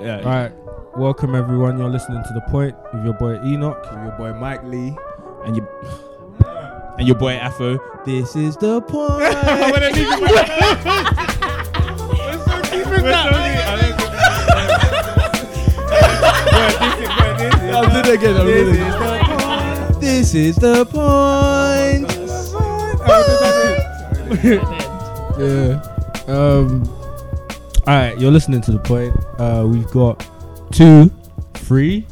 Yeah. All right. Welcome everyone. You're listening to the point with your boy Enoch Your boy Mike Lee. And you. And your boy Afro. This is the point. I'm gonna leave you with I'll do it again. I'll do it again. This is the point. Oh Yeah. Um. All right, you're listening to the point. Uh, we've got two, three,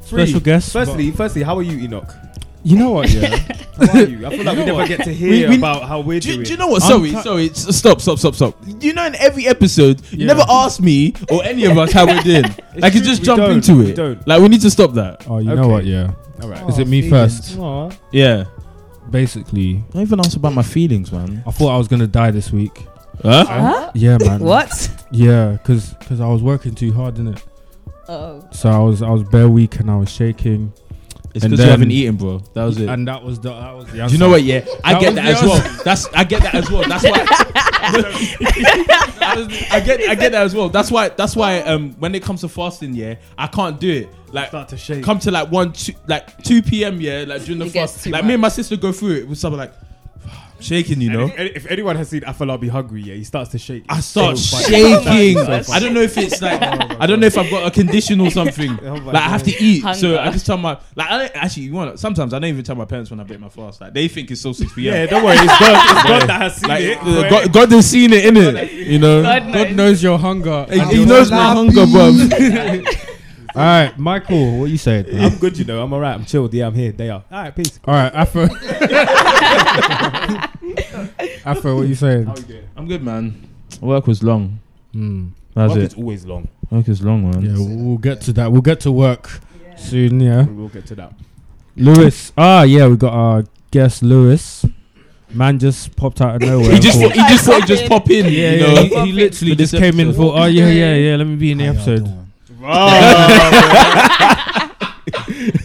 special guests. Firstly, firstly, how are you, Enoch? but you know what? Yeah, How are you? I feel like we never get to hear we- about how we're Do, doing. do you know what? I'm Sorry, cu- sorry. s- Stop, stop, stop, stop. You know, in every episode, you never ask me or any of us how we're doing. like, you true, just we jump don't, into we it. don't. Like, we need to stop that. Oh, you know Okay. what? Yeah. All right. Is it me first? Yeah. Basically, Don't even ask about my feelings, man. I thought I was gonna die this week. Huh? Huh? Yeah, man. What? Yeah, cause 'cause I was working too hard in it. Oh. So I was I was bare weak and I was shaking. It's And because you haven't then- eaten, bro. That was it. And that was the that was the Do you know what? Yeah, I That get was that the as well. That's I get that as well. That's why. That was- I get I get that as well. That's why that's why um when it comes to fasting, yeah, I can't do it. Like Start to shake. come to like one two like two p.m. Yeah, like during the It gets fast. too Like me and much. my sister go through it with someone like shaking, you know. If, if anyone has seen Afalabi hungry, yeah, he starts to shake. I start So funny. shaking. So funny. I don't know if it's like I don't know if I've got a condition or something. Oh my Like I have to days. eat, so Hunger. I just tell my like I don't, actually you want sometimes I don't even tell my parents when I break my fast. Like they think it's so six p.m. Yeah, don't worry. It's God, it's God that has seen Like it. uh, God, God has seen it in it, you know. God knows. God knows your hunger. He, he knows my hunger, bro. All right, Michael, what you saying? bro? I'm good, you know. I'm all right. I'm chilled. Yeah, I'm here. They are. All right, peace. All right, Afro. Afro, what you saying? I'm good, man. Work was long. Hmm. That's Work it. is always long. Work is long, man. Yeah, we'll we'll get to that. We'll get to work soon. Yeah, We'll get to that. Lewis. Ah, yeah, we got our guest Lewis. Man just popped out of nowhere. He just Thought- thought, he just thought he'd just pop in. yeah, you yeah, know? he, he literally For this just came in episode. for. Oh yeah, yeah, yeah. Let me be in the episode.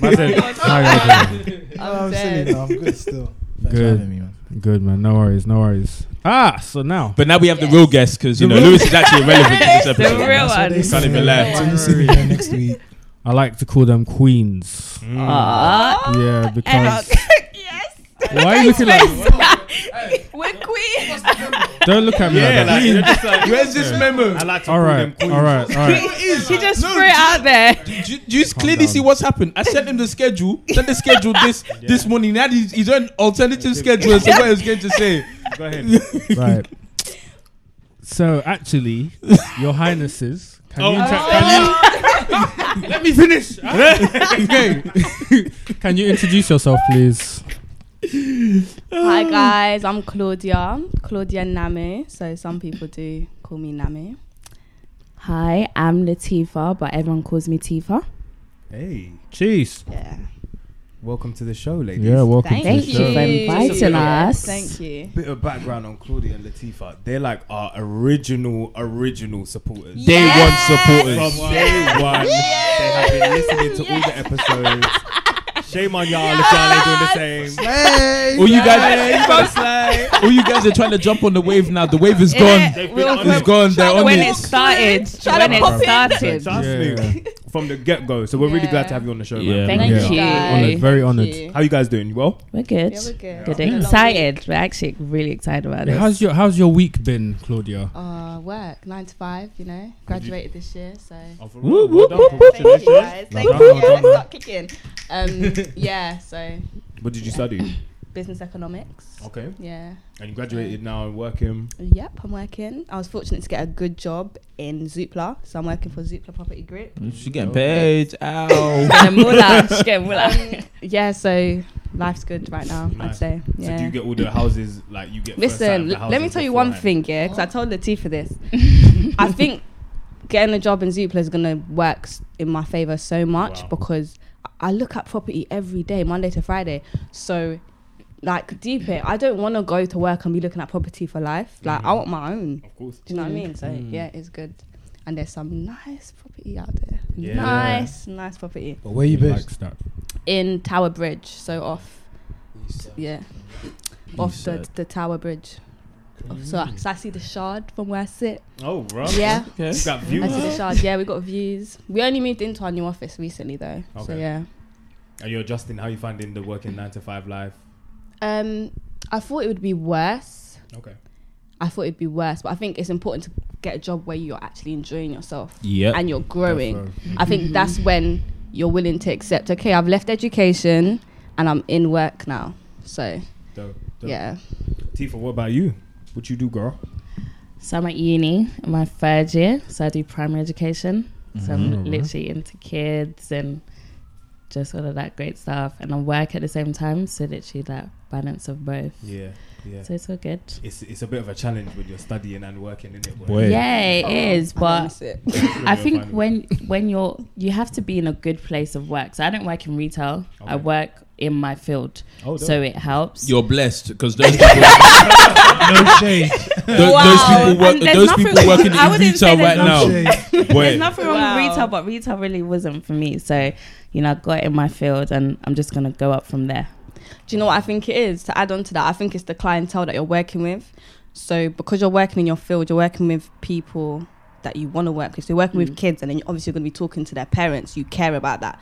Man said, How y'all doing? I'm silly, dead. no, I'm good still. Thanks Good. for having me, man. Good man. No worries. No worries. Ah, so now. But now we have the real guest because you The know real- Lewis is actually irrelevant in this The episode. real- That's what they one. say. Can't even lie. Till you see me there next week. I like to call them queens. Mm. Ah. Oh, Yeah, because yes. why are you looking like? We're queen. Don't look at me yeah, like that. like, you're just like, Where's this memo? I like to all call right, them queens. all right, all right. She just threw it out there. Do you, do you clearly down. see what's happened? I sent him the schedule. Sent the schedule this this morning. Now he's, he's on alternative schedule. and So what I was going to say? Go ahead. right. So actually, your highnesses, can Oh, you inter- Let me finish. can you introduce yourself, please? Hi guys, I'm Claudia, Claudia Name. So some people do call me Name. Hi, I'm Latifa, but everyone calls me Tifa. Hey, Jeez. Yeah. welcome to the show, ladies. Yeah, welcome Thank, to the you show. for inviting Yeah, us. thank you. Bit of background on Claudia and Latifa. They're like our original, original supporters. Day one From supporters. day one, they have been listening to all the episodes. Shame on y'all if y'all ain't doing the same. All you guys, all you guys are trying to jump on the wave now. The wave is gone. They've been We'll- on It's it. gone. They're on when it. it started, Tryna when pop in. it started, Trust me, from the get go. So we're really Yeah. glad to have you on the show, Yeah, man. man. Thank you. Yeah. Honored, very honored. How you guys doing? You well? We're good. Yeah, we're good. Good. Yeah. Excited. We're actually really excited about this. How's your How's your week been, Claudia? Uh, work nine to five. You know, graduated this year, so. Woo, woo, woo, woo, Thank you guys. Thank Well done, you. Yeah, well let's start kicking. Um, yeah. So What did you study? business economics. Okay. Yeah. And you graduated now and working. Yep, I'm working. I was fortunate to get a good job in Zoopla, so I'm working for Zoopla Property Group. She getting paid. Ow. Get more loud, just get more loud. Yeah, so life's good right now. I'd Nice. say. So Yeah. do you get all the houses like you get? first sight of Listen, the l- let me houses tell you one beforehand? thing, yeah, because I told Latifa this. I think getting a job in Zoopla is gonna work s- in my favor so much Wow. because I- I look at property every day, Monday to Friday. So, like deep it, I don't want to go to work and be looking at property for life. Like Mm. I want my own. Of course. Do you know what I mean? So Mm. yeah, it's good. And there's some nice property out there. Yeah. Nice, nice property But where you based? Likes that. in Tower Bridge. So off, yeah, off the, side. the Tower Bridge. So, I- so I see the shard from where I sit. Oh, bro. Yeah. Okay. You got I see the views. shard. Yeah, we got views. We only moved into our new office recently though. So Okay. yeah. And you're adjusting how you finding the working nine to five life. Um I thought it would be worse. Okay. I thought it'd be worse, but I think it's important to get a job where you're actually enjoying yourself Yeah. and you're growing. That's, I think Mm-hmm. that's when you're willing to accept, okay, I've left education and I'm in work now. So uh, Dope, dope. yeah. Tifa, what about you? What you do, girl? So I'm at uni in my third year, so I do primary education. So Mm-hmm. I'm literally into kids and just all of that great stuff, and I work at the same time. So literally that balance of both. Yeah. Yeah. So it's all good. It's it's a bit of a challenge when you're studying and working in it. Boy. Yeah, it is, but I think when. when when you're you have to be in a good place of work. So I don't work in retail. I Okay. work in my field, Oh, so it helps. You're blessed because those people, No shade. those, those people, work, And there's those nothing- people working I in wouldn't say retail there's right No now. shade. There's nothing wrong Wow. with retail, but retail really wasn't for me. So you know, I got in my field, and I'm just gonna go up from there. Do you know what I think it is? To add on to that, I think it's the clientele that you're working with. So because you're working in your field, you're working with people that you want to work with. So you're working Mm. with kids, and then you're obviously going to be talking to their parents. You care about that.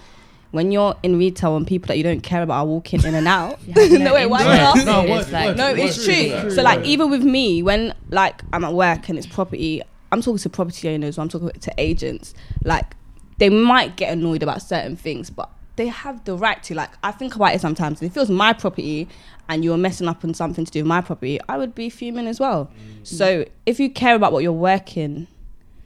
When you're in retail and people that you don't care about are walking in and out, No, wait, why not? interest. No, It's what- like- what- no, True, it's true, true. true, So like yeah. even with me, when like I'm at work and it's property, I'm talking to property owners, I'm talking to agents, like they might get annoyed about certain things, but they have the right to like I think about it sometimes. If it was my property and you were messing up on something to do with my property, I would be fuming as well. So if you care about what you're working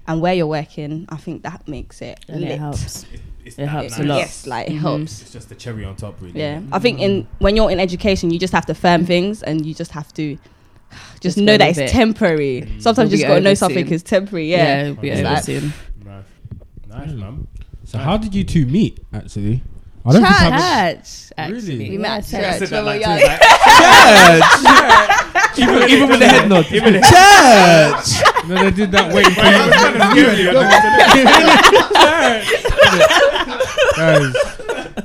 and where you're working, I think that makes it And lit. it helps. It, it's It that helps a nice. lot. Yes, like it Mhm. helps. It's just the cherry on top, really. Yeah, I think in when you're in education, you just have to firm things, and you just have to just, Just know go that with it's it. temporary. Mm. Sometimes you It'll just be gotta know over something soon. is temporary. Yeah. it'll be It's over like- soon. Nice, nice, Mm. man. So how did you two meet? Actually, I don't think I've- Church, actually. Really? We met at Yeah, I said church. that when we were like two young. nights. even, even with the head nod. Even the church. no, they did that waiting for Wait, I was trying to scare you, and then you said, Guys,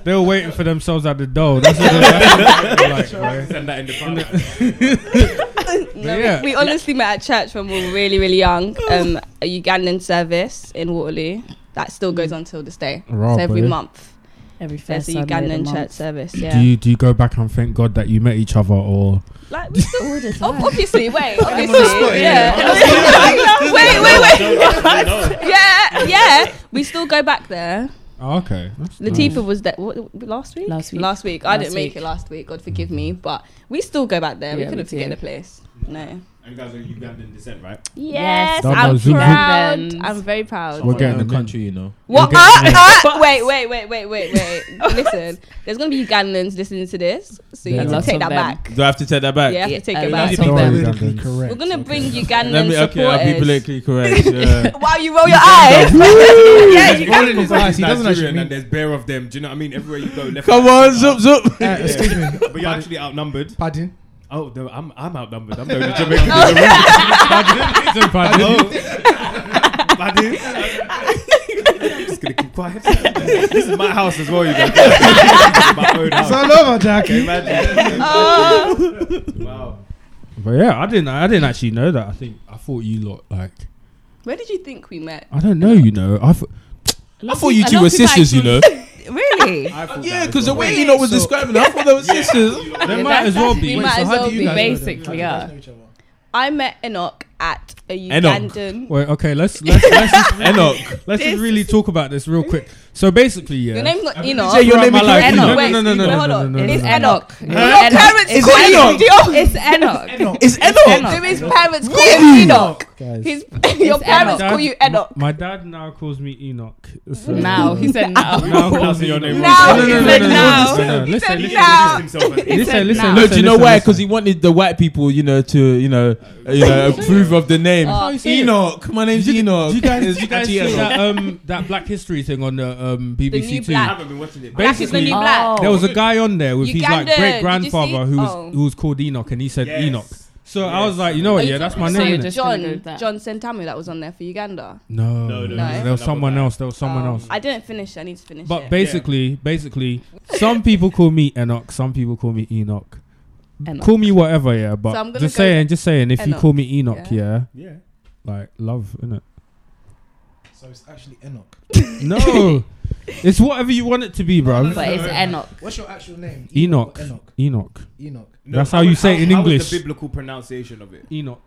they were waiting for themselves at the door. That's what they were- that's what they were like, bro. Send that in the front. No, we- yeah. Oh. We honestly met at church when we were really, really young. Um, a Ugandan service in Waterloo that still goes on till this day. Raw, so every boy. month Every there's Mm. first a Sunday of Ugandan the church month. service. Do Yeah, you do you go back and thank God that you met each other or like we still, All the ob- time. obviously, wait, spot obviously, here. yeah. wait, wait, wait, No, no. yeah, yeah. We still go back there. oh, okay? That's Latifa was there what, last week. Last week. Last week. I Last didn't make week. it last week. God forgive me, but we still go back there. we Yeah, couldn't we forget do. the place. No. And you guys are Ugandan descent, right? Yes, Yes, Don't I'm know, Zulu. proud. Zulu. I'm very proud. We're We're getting getting the them in. country, you know. What? You're Ah, getting ah, wait, wait, wait, wait, wait, wait. Listen, there's gonna be Ugandans listening to this, so you There have are to take lots that of back. Do I have to take that back? Yeah, you have to take it Allow back. some Don't worry, them. Politically Ugandan. correct. We're gonna bring Let Ugandan me. Okay, I'll be supporters. politically correct. Yeah. Wow, you roll your eyes. yeah, you All can. in his eyes, he doesn't Nigerian, actually mean- and there's bare of them. Do you know what I mean? Everywhere you go, left. Come right, on, center. zoop zoop. Uh, excuse me. But you're actually outnumbered. Pardon. Oh, no, I'm I'm outnumbered. I'm the only Jamaican Oh. in the room. Pardon? Hello. Pardon? Oh. I'm just gonna keep quiet. This is my house as well, you guys. This is my own It's house. all Can over, you Jackie. imagine? Oh, Wow. But yeah, I didn't. I didn't actually know that. I think I thought you lot like. where did you think we met? I don't know. You know. I thought. I thought you two were sisters, you know. Really? I thought Yeah, that because as the well. way you know was describing, it, I thought they were sisters. They Yeah, might as that's- well that's- be. we Wait, might so as how well do you be guys? know them? basically, How do yeah. you guys know each other? I met Enoch at a Enoch. Ugandan. Wait, okay. Let's let's let's just, Enoch. let's just This- really talk about this real quick. So basically, yeah. Your name's not Enoch. say your Throughout name my is life- Enoch. No, Wait, no, no, no, no, wait, no, hold no, on. no, no, It's no. Enoch. Your parents Is call it him Enoch? Dion. It's Enoch. Enoch. It's Enoch. Enoch. Do his parents call him Enoch? Guys. His, your parents Dad- call you Enoch. My dad now calls me Enoch. uh, So Now he said now. Now calls Pronouncing me your name Enoch. No, Now no, he no, no, said no, no, now. listen, no, He listen, said listen, now. He introduced himself as- Listen, listen, now. No, do you know listen, why? listen. Because he wanted the white people, you know, to you know, uh, you know, approve of the name. Oh, you see it? Enoch, my name's Uh, Do you- Enoch. Do you guys, It's do you guys actually see Enoch. that, um, that Black History thing on the um, BBC new Two? I Black. haven't been watching it. Black is the Basically- new Oh. black. There was a guy on there with his Ugandan, like did you great grandfather see? who was Oh. who was called Enoch, and he said Yes. Enoch. So I Yes. was like, you know what? Are you Oh, Yeah, that's my talking So name. you're innit? just gonna go John with that. John Sentamu that was on there for Uganda. no, No, no, No. there was no. someone else. There was someone Oh, else. I didn't finish. I need to finish. But it. basically, basically, some people call me Enoch, some people call me Enoch. Enoch. Call me whatever, yeah. But So I'm gonna just go saying, just saying, if you Enoch. call me Enoch, yeah, Yeah. like love, innit? So it's actually Enoch. No, it's whatever you want it to be, bro. But it's Enoch. What's your actual name? Enoch. or Enoch. Enoch. Enoch. That's how you was- say it in how was English. the biblical pronunciation of it. Enoch.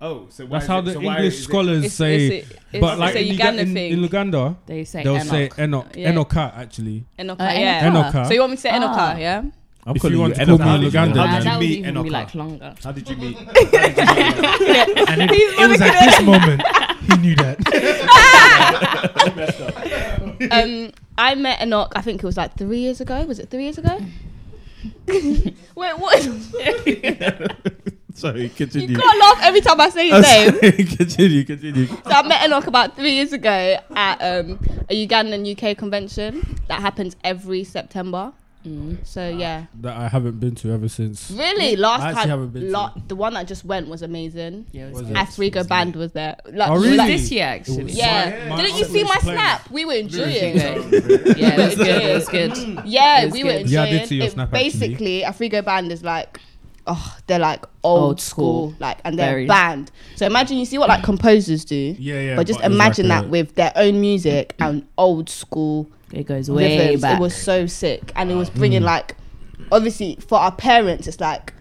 Oh, so why That's is how it- the so why English is it- scholars It's, say. it's, it's, it's, but like a in, Uganda Uga- thing. in, in Uganda, They say they'll Enoch. say Enoch. Yeah. Enoch actually. Enoch, Uh, yeah. Enoch. Enoch. So you want me to say Ah. Enoch, yeah? I'm calling you you want to Enoch. call me How did you Uganda, know Ah, Nah, then. did you that would meet even be Enoch? like longer. How did you meet? And it, it was at this moment he knew that. um, I met Enoch. I think it was like three years ago. Was it three years ago? Wait, what? Sorry, You continue. can't laugh every time I say his name. continue, continue. So I met Enoch about three years ago at um, a Ugandan UK convention that happens every September. Mm. So yeah, That I haven't been to ever since. really, last I actually time, haven't been to la- the one that just went was amazing. Yeah, it Was was, it? it? Africa Band was there. Like, Oh, she- really? was like- this year actually. yeah. My- my Didn't you see my uncle was snap? We were enjoying it. yeah, it was good. It was good. Yeah, It's we were good. enjoying. Yeah, I did see your it. snap, actually. Basically, Afrigo Band is like, oh, they're like old, Old school, school. like, and they're Very. band. So imagine you see what like composers do, Yeah, yeah. but just it was imagine like a- that with their own music and old school It goes way rhythms. back. It was so sick, and it was bringing like, obviously for our parents, it's like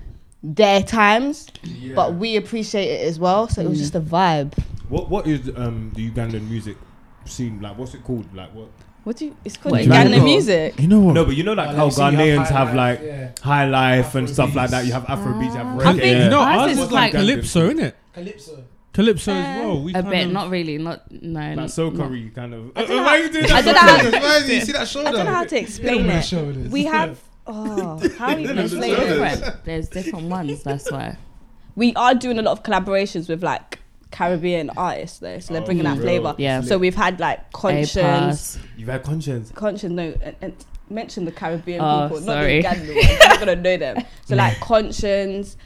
their times, but we appreciate it as well. So it was just a vibe. What What is um the Ugandan music scene like? What's it called? Like what? What do you? It's called Wait, Ugandan Ugandan? music. You know what? No, but you know like Oh, how like, so you have Ghanaians high have life, like yeah. high life and stuff like that. Afrobeats. You have Afrobeats, you have I think- reggae. no, Ours ours is is like like- calypso, isn't it? Calypso. Calypso as Uh, well. We a kind bit, of- not really, not no. Like not- so not- curry kind of. Uh, I don't know Why you doing I that? don't know how you see that shoulder? I don't know how to explain My it. shoulders. We have. Oh, how do you There's explain it? different. There's different ones. That's why. We are doing a lot of collaborations with like Caribbean artists though, so they're Oh, bringing that real. flavor. Yeah. So we've had like conscience, A-Pass. You've had conscience. conscience. No, and, and mention the Caribbean Oh, people, sorry. not the Ugandan ones. You're not gonna know them. So like conscience,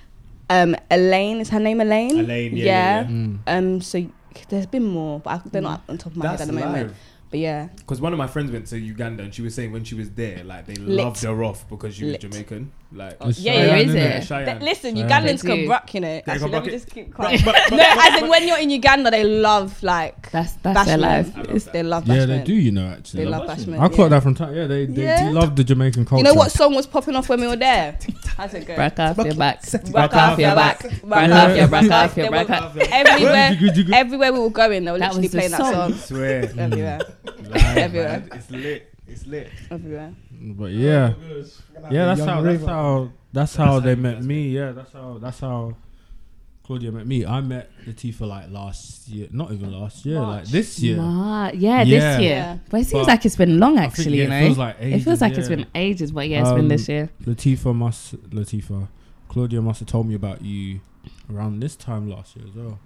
um, Elaine is her name. Elaine. Elaine, yeah, yeah, Mm. Um. So there's been more, but I, they're not on top of my That's head at the moment. live. But yeah, Because one of my friends went to Uganda and she was saying when she was there, like they Lit. loved her off because she was Lit. Jamaican. Like, Oh, yeah, yeah, Cheyenne, is innit? Yeah. it? Cheyenne. Th- listen, Sorry. Ugandans They can do. rock, you know. can Actually, let rock me it. just keep quiet. no, as in when you're in Uganda, they love like That's that's their Bashment. life. I love It's that. They love Yeah, Bashment. they do. You know, actually, They love Bashment. Bashment. I yeah. caught that from time. Yeah, they they Yeah. love the Jamaican culture. You know what song was popping off when we were there? How's it go? Brack off your back. Rock off your back. Rock off off your your back, back. off your They were- back. Everywhere, Jiggy, jiggy. everywhere we were going, they were That literally was the playing that song. song. swear. Everywhere, Live, Everywhere. man. It's lit. It's lit. everywhere. But yeah, yeah, that's how that's how that's how how they you met guys me. Yeah, that's how that's how Claudia met me. I met Latifa like last year, not even last year, like this year. Ma- Yeah. yeah, this year. Yeah. But it seems But like it's been long I think, actually, yeah, you know. it feels like it feels ages, like it's yeah. been ages, but yeah, it's been this Um, year. Latifa must Latifa, Claudia must have told me about you around this time last year as well.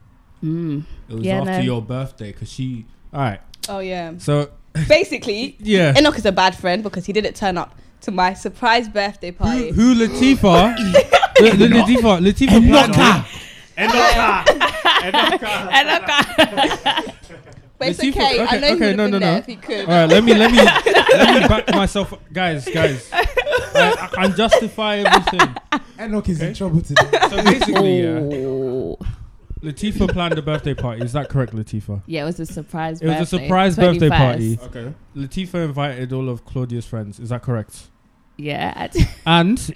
Mm. It was Yeah, after no. your birthday because she. All right, Oh yeah. so Basically, yeah, Enoch is a bad friend because he didn't turn up to my surprise birthday who, party. who Latifa? L- Latifa, Latifa, planned- Enoch. Enoch. But it's Latifah- okay. I okay, know he okay, no, would have been no, there no. if he could. All right, let me let me let me back myself, up. guys, guys. I, I can justify everything. Enoch is in trouble today. So basically, yeah, Oh. Latifa planned a birthday party. Is that correct, Latifa? Yeah, it was a surprise It birthday. was a surprise birthday 21st. party. Okay. Latifa invited all of Claudia's friends. Is that correct? Yeah. I- And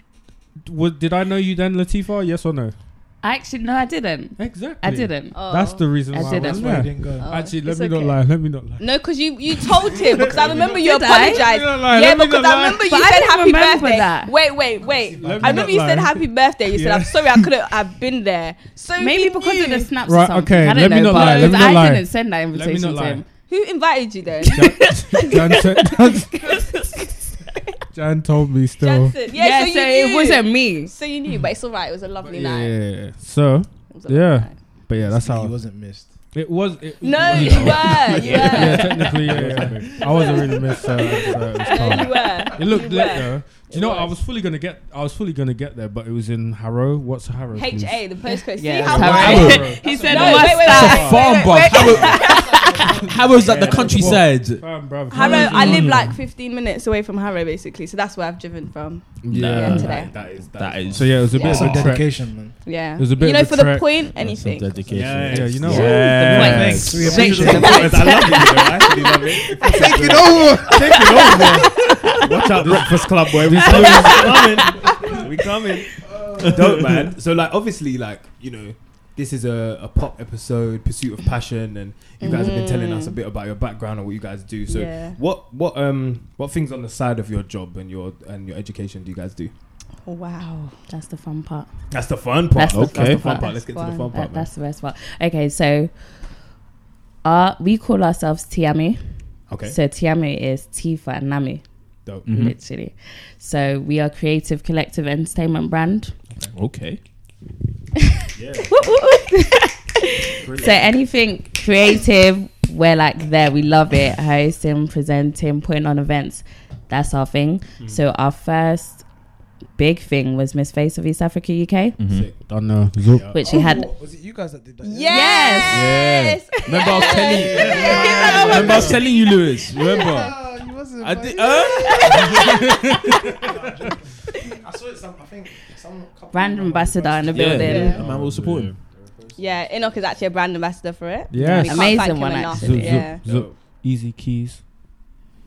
would, did I know you then, Latifa? Yes or no? I Actually, no, I didn't. Exactly. I didn't. Oh. That's the reason I why I, didn't. That's wasn't why he there. didn't Oh. go. Actually, let it's me not okay. lie. Let me not lie. No, because you you told him because I remember you Did I? apologized. Let me not lie, yeah, let me because not I remember lie. you But I said didn't happy remember birthday. that. Wait, wait, wait. Let me I remember not you said lie. happy birthday. You Yeah. said I'm sorry I couldn't have been there. So Maybe he because knew. of the snaps Right, or something. okay, I don't let me know. not lie, but let me I not lie. didn't send that Let me invitation not to lie. him. Who invited you then? Jan, said- Jan told me still. Johnson. Yeah, Yeah, so, so, you it knew. wasn't me. So you knew, but it's all right. It was a lovely night. It Yeah. So, was a lovely Yeah. night. but yeah, that's he how wasn't missed. it was. It, No, it you was- were. You yeah, were. technically, yeah, yeah. I wasn't really missed, so, so it was No, you calm. were. It looked You lit were. though. Do you It know? was. I was fully gonna get. I was fully gonna get there, but it was in Harrow. What's Harrow? please? HA, the postcode. See Yeah, how that's I. how Harrow. He said, oh, No, "What's wait, wait, that?" wait, wait, wait, wait. Harrow's at the countryside. Harrow, I Mm. live like 15 minutes away from Harrow, basically, so that's where I've driven from. Yeah, Yeah, today. That is That is So yeah, it was a bit Yeah. That's of some a trek. dedication, man. Yeah, It was a bit you know, of a for trek. the point, That's some anything. dedication. Yeah, Yeah, you know. Yeah. Thanks. We appreciate Appreciate the words. I love you. Though. I actually love it. Take it over. Take it over. Watch out, Breakfast Club, boy. We coming. we coming. Dope, man. So, like, obviously, like, you know, this is a, a pop episode, pursuit of passion, and you guys have been telling us a bit about your background and what you guys do. So, Yeah. what what um what things on the side of your job and your and your education do you guys do? Oh, Wow. Oh, That's the fun part. That's the fun part. That's the Okay. That's the fun fun part. part. Let's get to the fun That, part, man. that's the best part. Okay, so uh, we call ourselves Tiamu. Okay. Mm-hmm. So Tiamu is Tifa and Nami, Dope. Mm-hmm. literally. So we are creative collective entertainment brand. Okay. Yeah. So anything creative, we're like there. We love it. Hosting, presenting, putting on events. That's our thing. Mm. So our first big thing was Miss Face of East Africa UK, Sick. Don't know. Zoop. Yeah. which she had. Oh. Was it you guys that did that? Yes. Remember I was telling you. Remember I was telling you, Lewis. Remember. Ah, you wasn't. I but- did. Huh? I saw it. Some, I think some couple Brand of- ambassador in the Yeah. building. yeah. The man will support him. Yeah, Enoch is actually a brand ambassador for it. Yes. We can't Amazing thank him one, enough. actually. Zoop, Yeah. zoop, zoop. Easy keys.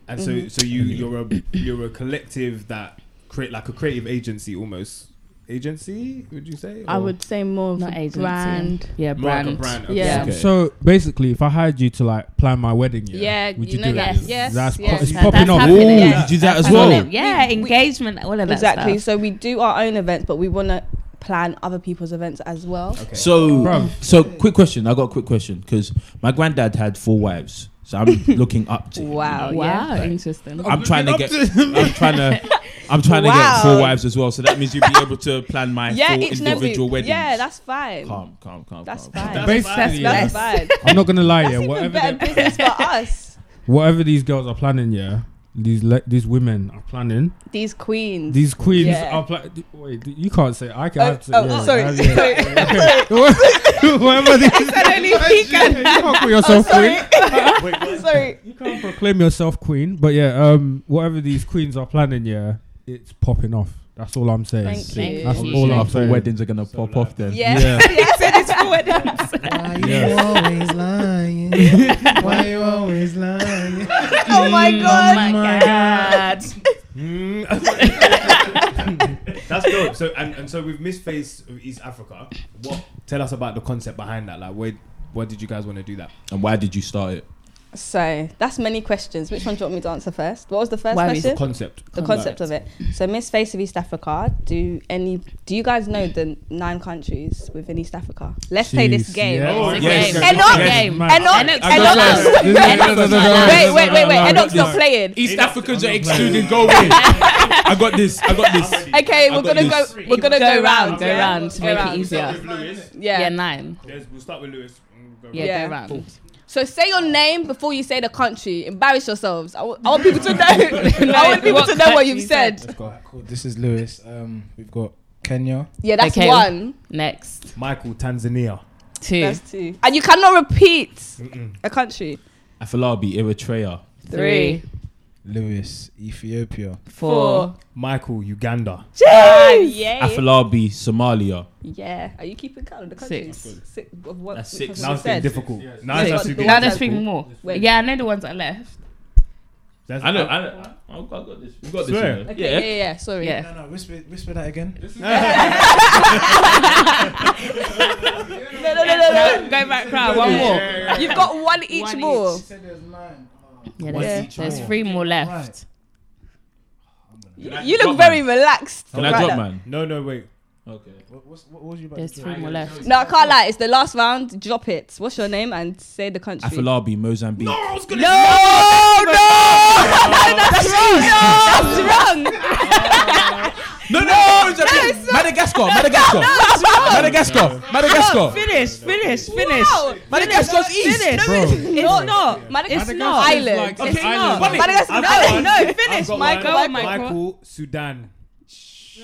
And so, so you Mm-hmm. you're a you're a collective that create like a creative agency almost agency. Would you say? I Or- would say more of Not a agency. brand. Yeah, More like brand. a brand. okay. Yeah. Okay. So basically, if I hired you to like plan my wedding, Yeah, yeah, would you you, know do that? that. Yes, that's yes. pop- it's That's popping up. happening, Ooh, yeah. you do that as That's well. happening. Yeah, We- we- engagement, all of that Exactly. stuff. So we do our own events, but we want to plan other people's events as well. Okay. So, Bruv. so quick question. I got a quick question because my granddad had four wives, so I'm looking up to. him, you Wow. know? Yeah. Wow, interesting. Oh I'm trying to get. I'm trying to. I'm trying to Wow. get four wives as well, so that means you'll be able to plan my Yeah, four each and every. individual weddings. Yeah, that's fine. calm, calm, calm. That's calm, fine. calm. That's, Basically, that's yeah. fine. I'm not gonna lie, That's yeah. even Whatever, better they- business for us. whatever these girls are planning, yeah. These le- these women are planning. These queens. These queens Yeah. are planning. Wait, d- you can't say. I can. oh, have to, oh, yeah, sorry. I have- yeah. sorry. whatever these. only he you can't call Oh, yourself queen. sorry. Wait, what? sorry. You can't proclaim yourself queen. But yeah, um, whatever these queens are planning, yeah, it's popping off. That's all I'm saying. Thank you. That's Thank all you. I'm saying. weddings are gonna pop off then. Yeah. Yeah. Said it's forward. Why you Yes. always lying? Why you always lying? Oh my god. Mm. Oh my my god. Mm. that's dope. So and, and so with Miss Face of East Africa, what? Tell us about the concept behind that. Like, where where did you guys want to do that? And why did you start it? So that's many questions. Which one do you want me to answer first? What was the first Why we- question? Concept. the concept of it. So Miss Face of East Africa. Do any? Do you guys know the nine countries within East Africa? Let's play this Jeez, game. yeah. It's yes, a game. yes, It's a yes, game. man. Enoch, Enoch- Enoch, Enoch- wait, wait, wait, wait. Enoch's not playing. East Africans are excluded. Go away. I got this. I got this. Okay, I we're got gonna go. this. We're gonna go, round. Go yeah? round to Go make round. it easier. Lewis. Yeah, Yeah. nine. Yes, we'll start with Lewis. Yeah, Yeah. go round. So say your name before you say the country. Embarrass yourselves. I wa- I want people to know. I want people What to know what country you've you said. said. Let's go. Cool. This is Lewis. Um, we've got Kenya. Yeah, that's Okay. one. Next, Michael, Tanzania. two. That's two. And you cannot repeat a country. Afalabi, Eritrea. Three, Lewis, Ethiopia. four. Michael, Uganda. Jeez. Yeah. Afalabi, Somalia. Yeah. Are you keeping count of the countries? Six. Six. Of what That's which six. ones Now we it's getting said? difficult. Now Six. it's actually Now Now getting there's that's three more. Wait. Yeah, I know the ones that are left. That's- I know. I know. Oh, I've got this. We've got this. Swear. you know. Okay, yeah, yeah, yeah, sorry. Yeah. No, no. Whisper, whisper that again. No, no, no, no, no. Go back round. One more. You've got one each One more. each. said there's nine. Yeah, One there's, each there's more. three more left. You, I you look drop very relaxed. Can I right drop, now. man? No, no, wait. Okay. What, what's, what was you about There's to do? three more left. No, I can't lie. It's the last round. Drop it. What's your name and say the country? Afalabi, Mozambique. No, no, that's wrong. That's wrong. No, no, no, it's a bit- Madagascar, Madagascar, Madagascar, Madagascar, Finish, finish, finish. Wow. Madagascar's east. Finish. It's not. Mad- It's not. Island. It's not. Bunny, Madagascar- I've got no, one. no, finish, I've got Michael, one. Michael. Michael, Sudan.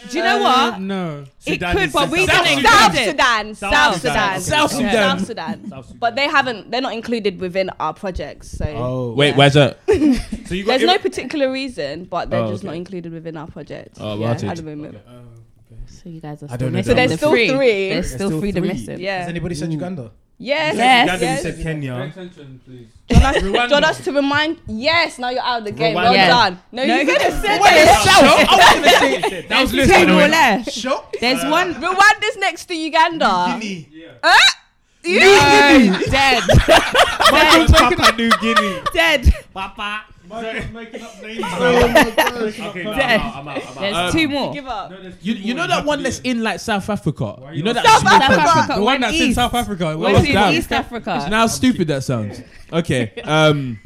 Do you know what? No. it Sudan could, is but we South didn't Sudan. include South it. Sudan, South South Sudan. Sudan, South Sudan. South Sudan. South Sudan. But they haven't. They're not included within our projects. So Oh, Wait, why's that? So you got there's every- no particular reason, but they're Oh, just okay. not included within our project. Oh, yeah, about at it. the moment. Oh. So you guys are I still don't know missing. that the one. There's still three. There's still still three to three. missing. Has Yeah. anybody said Uganda? Yes. Yes. Uganda, yes. you said Kenya. attention, please. Do you want us- do you Rwanda. want us to remind? Yes. Now you're out of the game. Rwanda. Well Yeah. done. No, you could have said Wait, it. That was There's list, by two the more way. left. Show. There's one. Rwanda's next to Uganda. You- No, dead, Papua New Guinea. dead. Papa. Oh my gosh. Okay, no, Dead. I'm out. I'm out. I'm There's out. two more. Give up. You, you know that one that's in like South Africa. You know that South small Africa. country? Africa, The one one that's in east. South Africa. One Well, in damn. East Africa. Now how stupid that sounds. Okay. Um.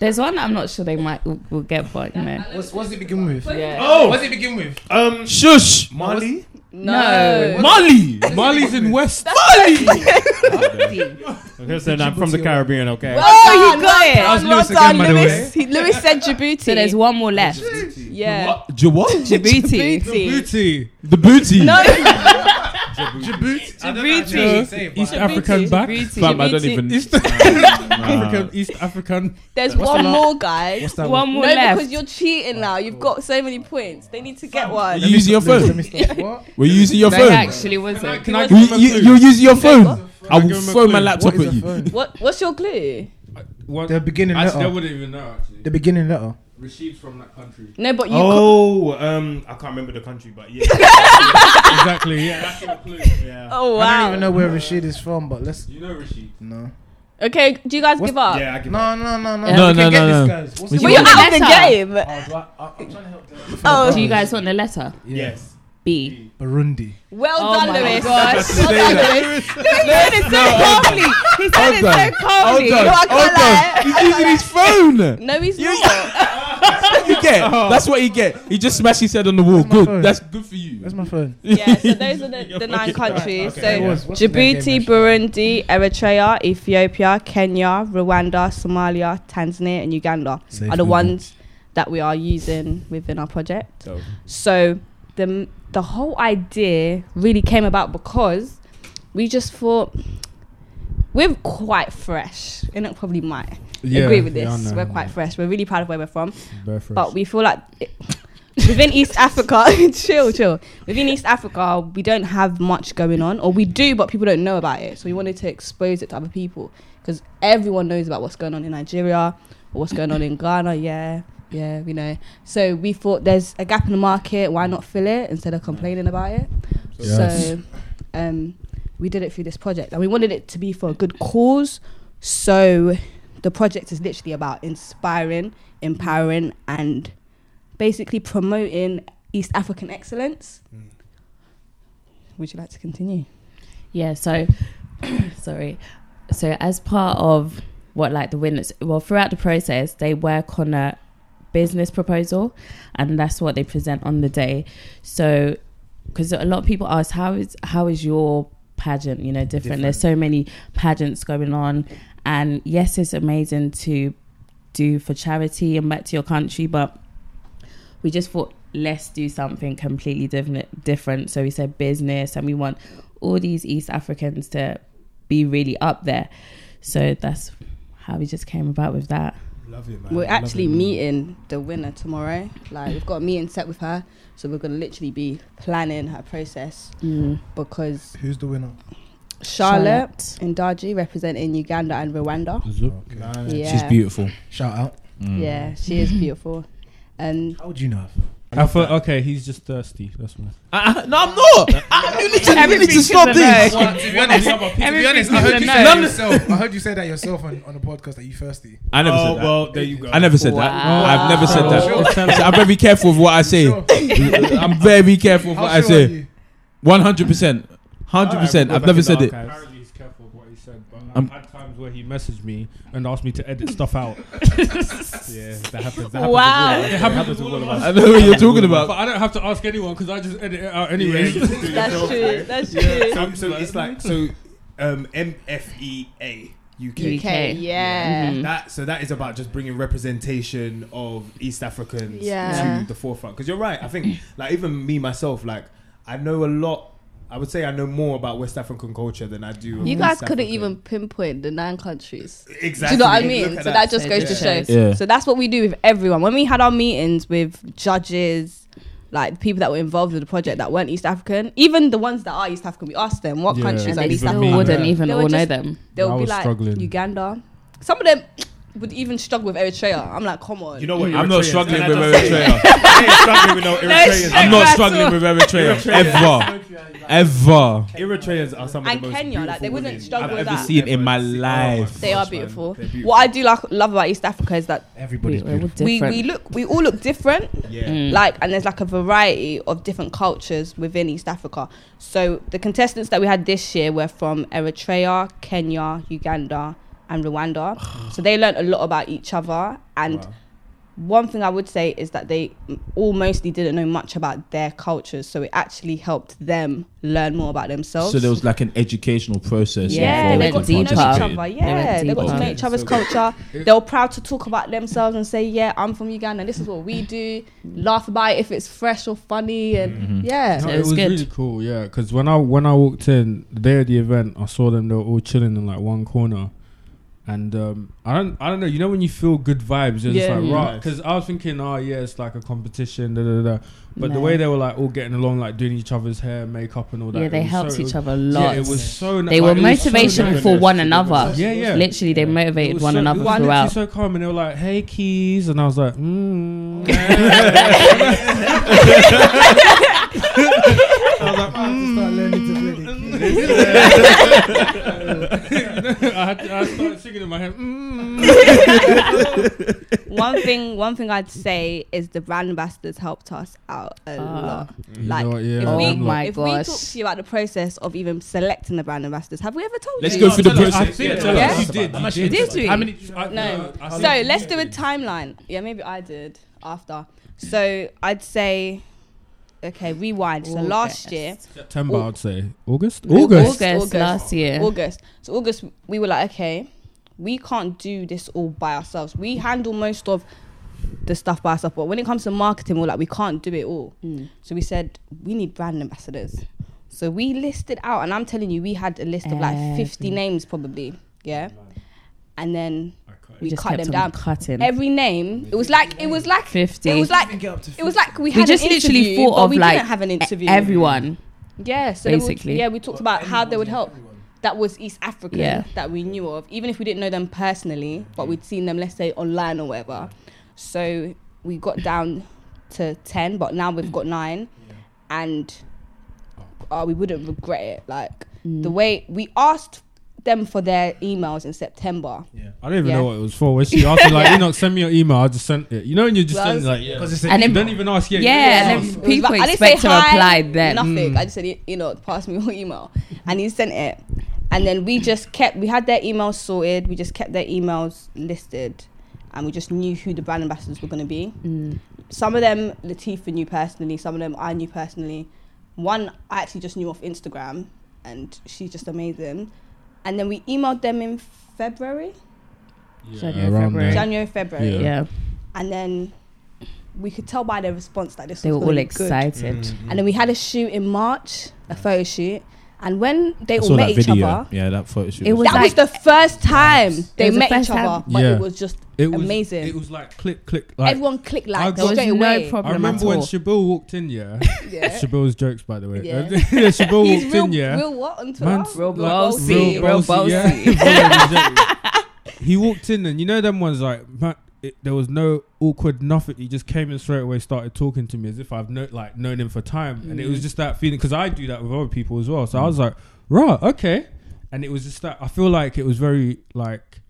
There's one that I'm not sure they might will, will get, but you know. What's, what's it begin with? Yeah. What's Oh, it begin with? um, Shush. Mali. No. Mali. Mali's in West. Mali. Listen, I'm from the Caribbean. Okay. Oh, you got it. was Lewis again, by the Lewis, he, Lewis said Djibouti. So there's one more left. yeah. J- what? Djibouti. Djibouti. Booty. The booty. No, Djibouti. I don't know how to Djibouti. Say it, East but- African back. Djibouti. Fam, I don't even. East African. East African. there's one more, guys. What's that One No, more left. because you're cheating now. You've got so many points. They need to get Were one. you using your Let phone? me stop. What? Were you using your They phone? actually wasn't. Can I You, give him a you, clue? you're using your phone. I Can I will give him a throw my clue? laptop What is at a you. phone? What? What's your clue? The beginning letter. wouldn't even know. The Actually, beginning letter. Rashid's from that country. No, but you. Oh, um, I can't remember the country, but yeah. Exactly. Yeah. co- yeah. oh I don't wow. even know where Rashid is from, but let's You know Rashid. no. Okay, do you guys What's- give up? Yeah, I give up. No, no, no, no. Yeah. No, we no, can get no, this, no. guys. What's We the Well, You you're want out of the letter? game. Oh, do I, I, I'm trying to help them. Oh. Do you guys want the letter? Yes. B. Burundi. Well Oh done, my Lewis. gosh. Well done, Lewis. It's so calmly. He said Hold it on. so calmly. Hold No, I on. can't lie. Hold on. He's using his phone. No, he's not. You get. That's what he get. He just smashed his head on the wall. Where's my Good. phone? That's good for you. Where's my phone? Yeah, so those are the, the nine countries. Okay, so yeah. What's- what's the name Djibouti, game, Burundi, Eritrea, Ethiopia, Kenya, Rwanda, Somalia, Tanzania, and Uganda Safe are the Google. ones that we are using within our project. So the the whole idea really came about because we just thought we're quite fresh. And it probably might agree with this. we're quite fresh. We're really proud of where we're from. But we feel like it- within East Africa, chill, chill. Within East Africa, we don't have much going on, or we do, but people don't know about it. So we wanted to expose it to other people because everyone knows about what's going on in Nigeria or what's going on in Ghana. Yeah, yeah, we know. So we thought there's a gap in the market. Why not fill it instead of complaining about it? Yes. So um, we did it through this project, and we wanted it to be for a good cause. So the project is literally about inspiring, empowering, and basically promoting East African excellence. Hmm. Would you like to continue? Yeah, so sorry. So as part of what like the winners well throughout the process they work on a business proposal and that's what they present on the day. So because a lot of people ask how is how is your pageant, you know, different. There's so many pageants going on and yes it's amazing to do for charity and back to your country but we just thought let's do something completely different different. So we said business and we want all these East Africans to be really up there. So that's how we just came about with that. Love it, we're actually meeting the winner tomorrow. Like we've got a meeting set with her, so we're gonna literally be planning her process because Who's the winner? Charlotte, Ndaji representing Uganda and Rwanda. Nice. Yeah, She's beautiful. Shout out. Yeah, Mm. she is beautiful. And How would you know? I thought, okay, he's just thirsty. That's why. Uh, uh, no, I'm not. I, you need to, you need to stop this. Well, to be honest, to be honest, I heard you say that yourself. I heard you say that yourself on, on the podcast that you thirsty. I never Oh said that. well, there you go. I never said that. Wow. I've never said that. Sure. So I'm very careful of what I say. Sure. I'm very careful of How what I sure are say. you? 100%. 100%. I've never said it. Apparently, he's careful of what he said, but Um, I've had times where he messaged me and asked me to edit stuff out. Yeah, that happens. That happens Wow. It happens with all of us. I know what you're talking but about. I don't have to ask anyone because I just edit it out Yeah, anyway. you just do that's yourself. true. That's Yeah, true. so, so it's like so um MFEA UK. Okay, UK. yeah. Mm-hmm. Mhm. That so that is about just bringing representation of East Africans Yeah. to the forefront. Because you're right. I think like even me myself, like I know a lot. I would say I know more about West African culture than I do. of You East guys couldn't African. even pinpoint the nine countries. Mm-hmm. exactly. Do you know what I Look mean? at So that just So it goes just to shows. show. Yeah. So that's what we do with everyone. When we had our meetings with judges, like the people that were involved with the project that weren't East African, even the ones that are East African, we asked them what Yeah. countries She's And are they like, East "Even still me." African. wouldn't Yeah. even They were all know just- them. They'll I be was like struggling. Uganda. Some of them would even struggle with Eritrea. I'm like, come on. You know what? I'm not Eritreans- struggling and I with just- Eritrea. I ain't struggling with no Eritreans. I'm not struggling with Eritrea ever, ever. Eritreans are some of And the most Kenya, like, they beautiful wouldn't women struggle I've with ever that. seen in my Oh my life. They are gosh, man. beautiful. They're beautiful. What I do like love about East Africa is that We, Everybody's we're all beautiful. we, different. we look we all look different. Yeah. Mm. like and there's like a variety of different cultures within east africa so the contestants that we had this year were from eritrea kenya uganda and rwanda so they learned a lot about each other and Wow. one thing i would say is that they m- all mostly didn't know much about their cultures so it actually helped them learn more about themselves So there was like an educational process. yeah, They they went involved got to in know each deeper. participating. other. They went Yeah, they, got deeper. to know Okay. each other's So good. culture. They were proud to talk about themselves and say, "Yeah, I'm from Uganda. and This is what we do." Laugh about it if it's fresh or funny, and yeah, No, So it it's was good. really cool, yeah. Because when I when I walked in the day of the event, I saw them. They were all chilling in like one corner, and um, I don't I don't know. You know when you feel good vibes, you're Yeah. just like Mm. right. Because I was thinking, oh yeah, it's like a competition, da da da. da. But the No. way they were like all getting along, like doing each other's hair, makeup, and all that. yeah, it they was helped so, it each was- other a lot. Yeah, it was so. ni- they like, were it was so motivation nice. for one Yeah. another. Yeah, yeah. Literally, they It motivated was one so, another it was literally throughout. so calm, and they were like, "Hey, keys," and I was like, "Mm." "Mm." I, had to, I started singing in my head. Mm. one thing one thing I'd say is the brand ambassadors helped us out a Ah. lot. You Like, know what, yeah, If, Oh we, I'm like- my if we gosh. talk to you about the process of even selecting the brand ambassadors, have we ever told Let's you? go through the Tell us, I process. think- Yeah, tell yeah. us you did, you did. Did we? How many? I- No. I So think- let's do a timeline. Yeah, maybe I did after. So I'd say, okay, rewind. So last August. year, September, I'd say August. Ah, Oh. August, August. August. last year. August. So August, we were like, okay, we can't do this all by ourselves. We handle most of the stuff by ourselves, but when it comes to marketing, we're like, we can't do it all. Mm. So we said we need brand ambassadors. So we listed out, and I'm telling you, we had a list of like 50 Every- names probably, yeah. And then we, just cut kept them on down. Cutting. Every name, it was like it was like 50. it was like Get up to it was like we had we just an interview, literally but thought of we like didn't have an e- interview. everyone. yeah. So they would- basically. yeah, we talked about how they would help that was East African Yeah. that we knew of, even if we didn't know them personally, but we'd seen them, let's say, online or whatever. So we got down to 10, but now we've got nine. And uh, we wouldn't regret it. Like the Mm. way we asked them for their emails in September. I don't even Yeah. know what it was for. When she asked me, like, Enoch, send me your email, I just sent it. You know, and you just Well, send it, like, Because yeah. it's a And then- Don't even ask. Yeah, Yeah, you don't and ask. then It was people like- I didn't expect say to hi, reply then. Mm. Nothing. I just said, you know, pass me your email. And he sent it. And then we just kept, we had their emails sorted. We just kept their emails listed. And we just knew who the brand ambassadors were going to be. Mm. Some of them Latifa knew personally. Some of them I knew personally. One I actually just knew off Instagram. And she's just amazing. And then we emailed them in February, January, around February. there. January, February. Yeah. Yeah, And then we could tell by their response that this they was were all gonna be good. excited. Mm. And then we had a shoot in March, a photo shoot. And when they I all saw met that each video. other, Yeah, that photo shoot. It was that was the first time they was the met each first other, time. but Yeah. it was just It was amazing. It was like click, click. Like, everyone clicked like got- straight There was no away. problem I remember at when all. Shabil walked in, yeah. Yeah. Shabil's jokes, by the way. Yeah. Yeah. Shabil He's walked real, in, yeah. real what on Twitter? Man's real like, bossy. real bossy, yeah. he walked in and you know them ones like man, it, there was no awkward nothing. He just came in straight away, started talking to me as if I've no, like known him for time, and it was Mm. just that feeling because I do that with other people as well. So I was like, right, okay, and it was just that I feel like it was very like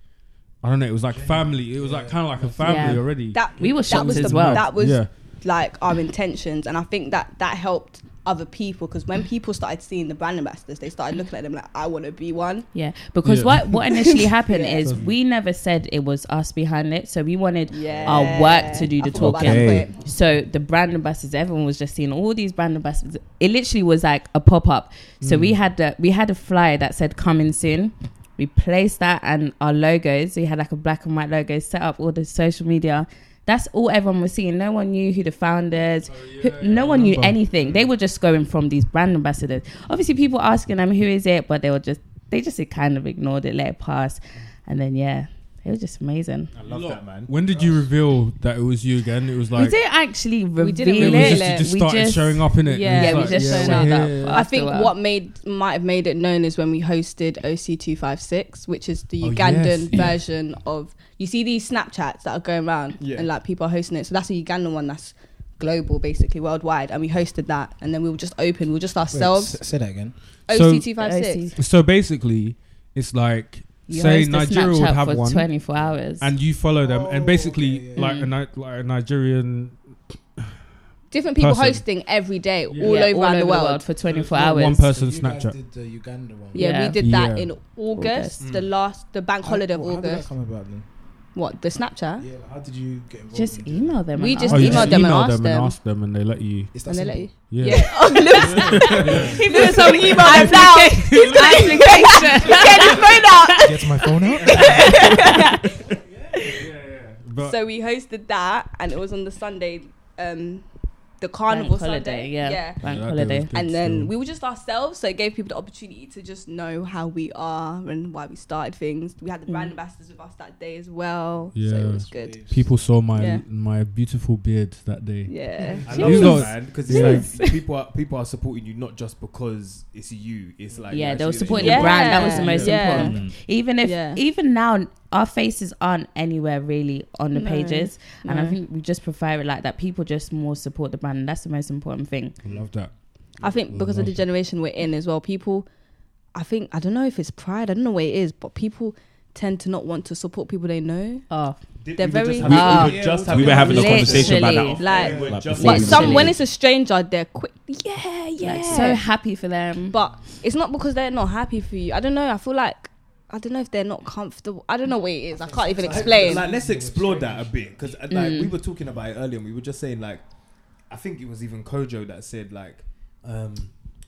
I don't know, it was like family. It was like kind of like a family Yeah. already. That We were that shocked was as the, well. That was Yeah. like our intentions, and I think that that helped other people because when people started seeing the brand ambassadors, they started looking at them like, "I want to be one." Yeah, because Yeah. what what initially happened Yeah. is we never said it was us behind it, so we wanted Yeah, our work to do I the forgot about that talking. Okay. bit. So the brand ambassadors, everyone was just seeing all these brand ambassadors. Mm. It literally was like a pop up. So we had the, we had a flyer that said coming soon. We placed that and our logos. We had like a black and white logo set up all the social media. That's all everyone was seeing. No one knew who the founders. Oh, who, no one knew anything. They were just going from these brand ambassadors. Obviously, people asking them who is it, but they were just they just kind of ignored it, let it pass, and then yeah, it was just amazing. I love that man. When did you reveal that it was you again? It was we like didn't actually reveal didn't it reveal was just, it. you just We started just- showing up in it. yeah. Yeah, we just yeah, showed yeah, up. yeah. I think afterward. what made might have made it known is when we hosted OC two five six, which is the Oh, yes, Ugandan yeah. version of. You see these Snapchats that are going around, Yeah. and like people are hosting it. So that's a Ugandan one that's global, basically worldwide, and we hosted that, and then we were just open, we were just ourselves. say that again. So- OC two five six. So basically, it's like You say host a Nigeria Snapchat would have for one, 24 hours. and you follow them, and Oh, basically okay, yeah, like, yeah. a, Ni- like a Nigerian Different people Person. hosting every day, Yeah. all Yeah, over around the world. for 24 not hours. one person you guys Snapchat. did the Uganda one. Yeah, Yeah. we did that Yeah. in August, August. the last, the bank holiday of Mm. How- How did that August. come about then? What the Snapchat? Yeah, like, how did you get involved? Just in doing email them. We and just ask oh, you email them and email ask them them. and ask them, and they let you. that? It's that And they let simple. you. Yeah. Yeah. Oh, Lewis. He put some email I'm now. He's got his phone out. Get my phone out. But So we hosted that, and it was on the Sunday, um, the carnival Bank holiday, Sunday. yeah. Bank that holiday. was good And then still. we were just ourselves, so it gave people the opportunity to just know how we are and why we started things. We had the brand Mm. ambassadors with us that day as well, so Yeah. it was good. people saw my Yeah. my beautiful beard that day. Yeah, I Jeez. love that man because it's Jeez. like people are people are supporting you not just because it's you. It's like yeah, you they were actually- supporting Yeah. the brand. That was the most Yeah. important. Even if, Yeah. even now, our faces aren't anywhere really on the No. pages, and I No. think we just prefer it like that. People just more support the brand. And that's the most important thing. I love that. I think because of the generation we're in as well, people, I think, I don't know if it's pride, I don't know what it is, but people tend to not want to support people they know. Oh, Did- they're we were just very- having- Ah. were just We were having a Literally. conversation about that. off- Like, We were Like, just But Like, having- some, when literally. it's a stranger, they're quick, yeah, yeah. like so happy for them. but it's not because they're not happy for you. I don't know. I feel like, I don't know if they're not comfortable. I don't know what it is. I can't even explain. Like, let's explore that a bit because like Mm. we were talking about it earlier. and We were just saying like, I think it was even Kojo that said like, um,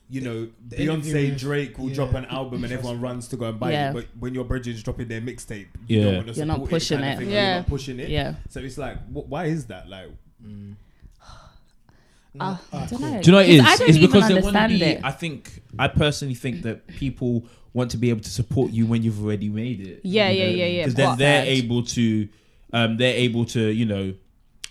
you know, The interview Beyonce with- Drake will yeah. drop an album and everyone runs to go and buy Yeah. it. But when your brethren's dropping their mixtape, you don't Yeah. wanna You're not support pushing kind of it. thing, Yeah. you're not pushing it. yeah, So it's like, wh- why is that? Like, Uh, Ah, I don't cool. know. Do you know what it is? I don't it's even because they want to understand be. it. I think I personally think that people want to be able to support you when you've already made it. Yeah, you yeah, know? yeah, yeah. Because then But- they're able to, um, they're able to, you know,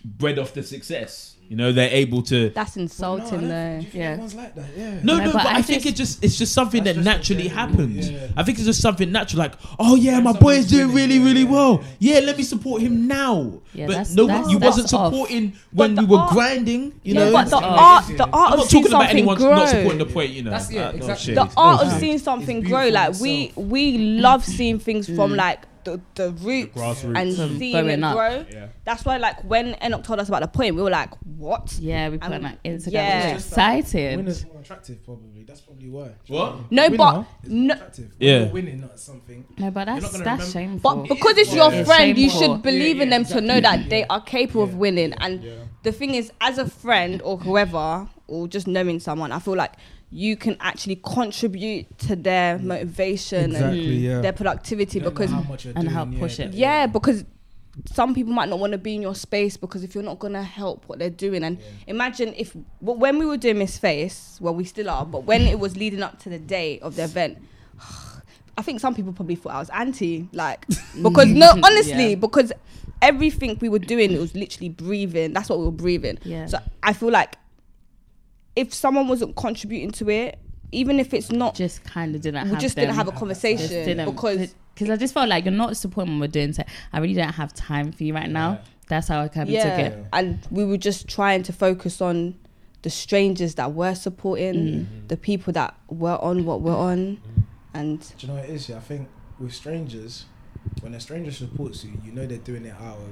bread off the success. You know, they're able to. That's Well, no, I insulting don't- though. do you think Yeah. everyone's like that? Yeah. No, No, no, but but, I I, think just- it just it's just something that That's just naturally the general, happens. yeah. I think it's just something natural, like, oh yeah, When my boy someone's is doing winning, really, yeah, really yeah, well. Yeah, let me support him now. Yeah, but that's- no, that's- you that's wasn't off. supporting when the we were art- grinding. You yeah, know, but the it's not art, easy. the art I'm of not seeing talking about something anyone not supporting grow. the point. You know, That's- yeah, Uh, no exactly. shade. The art of Yeah. seeing something It's grow. beautiful Like in we itself. we love seeing things from like the the roots grassroots. and From seeing growing it up. grow. yeah. That's why, like, when Enoch told us about the poem, we were like, "What? yeah, we put And- on our Instagram. yeah. Yeah. excited. Winners more attractive, probably. That's probably why. What? No, Winner but is more no, attractive. Yeah. You're winning at something. no, but not that's gonna that's remember- shameful. but because it's is your shameful. friend, you Shameful. should believe in them to know that they Yeah. are capable of Yeah. winning. And Yeah. the thing is, as a friend or whoever, or just knowing someone, I feel like you can actually contribute to their motivation Exactly, and yeah. their productivity You don't know because how much you're and doing, how yeah, push it. Yeah, because some people might not want to be in your space because if you're not gonna help what they're doing, and imagine if wh- when we were doing Miss Face, well, we still are, but when it was leading up to the day of the event. I think some people probably thought I was anti, like because no, honestly, Yeah. because everything we were doing it was literally breathing. That's what we were breathing. Yeah. So I feel like if someone wasn't contributing to it, even if it's not, just kind of didn't. we have just them. didn't have a conversation because because I just felt like you're not supporting what we're doing. So I really don't have time for you right now. That's how I kind of yeah. took it. And we were just trying to focus on the strangers that were supporting, Mm. the people that were on what we're on, and Do you know what it is? Yeah, I think with strangers, when a stranger supports you, you know they're doing it out of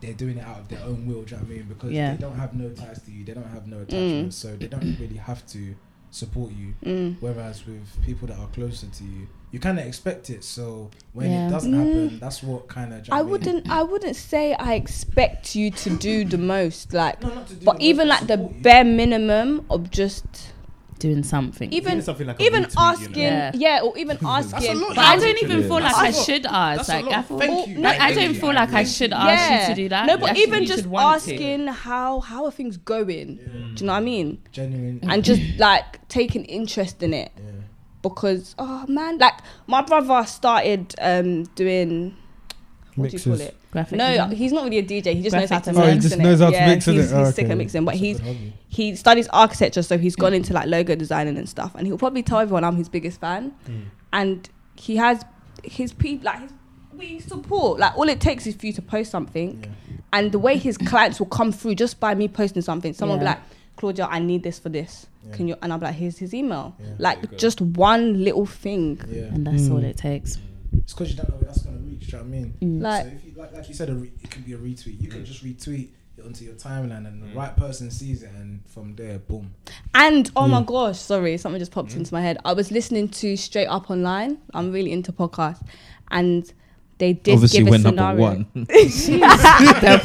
they're doing it out of their own will. Do you know what I mean? Because Yeah. they don't have no ties to you, they don't have no attachments, so they don't really have to support you. mm, Whereas with people that are closer to you, you kind of expect it. So when Yeah. it doesn't happen, that's what kind of. Mm. I wouldn't. I wouldn't say I expect you to do the most, like, No, not to do but the even most, like the support you. bare minimum of just doing something. Even something like a even retweet, you know. asking, Yeah. yeah. or even asking. lot, but I don't even feel like I That's a lot. should ask. That's a Like lot. I feel, Thank you. no, I Thank don't you. feel like I Thank should you. ask you to do that. No, but Actually, even you just should want to. asking how how are things going? Do you know what I mean? Genuine. And just like taking interest in it Mm. yeah. because oh man, like my brother started um doing what do you call Mixes. it? Graphic No, design. he's not really a DJ. He just knows how to mix. Graphic design. Oh, he just innit? knows how to yeah, mix, he's, innit? Oh, he's sick okay. at mixing, but he's hobby. he studies architecture, so he's gone into like logo design and stuff. And he'll probably tell everyone I'm his biggest fan. Hmm. And he has his people like his, we support. Like all it takes is for you to post something, and the way his clients will come through just by me posting something. Someone will Yeah. be like, Claudia, I need this for this. Can you? And I'll be like, here's his email. Yeah. like just one little thing. Yeah. and that's all Mm. it takes. It's because you don't know where that's gonna reach. Do you know what I mean? Like so if you, like, like you said, a re- it can be a retweet. You can just retweet it onto your timeline, and the right person sees it, and from there, boom. And oh my gosh, sorry, something just Mm. popped into my head. I was listening to Straight Up Online. I'm really into podcasts, and they did Obviously, give a we're scenario. number one. the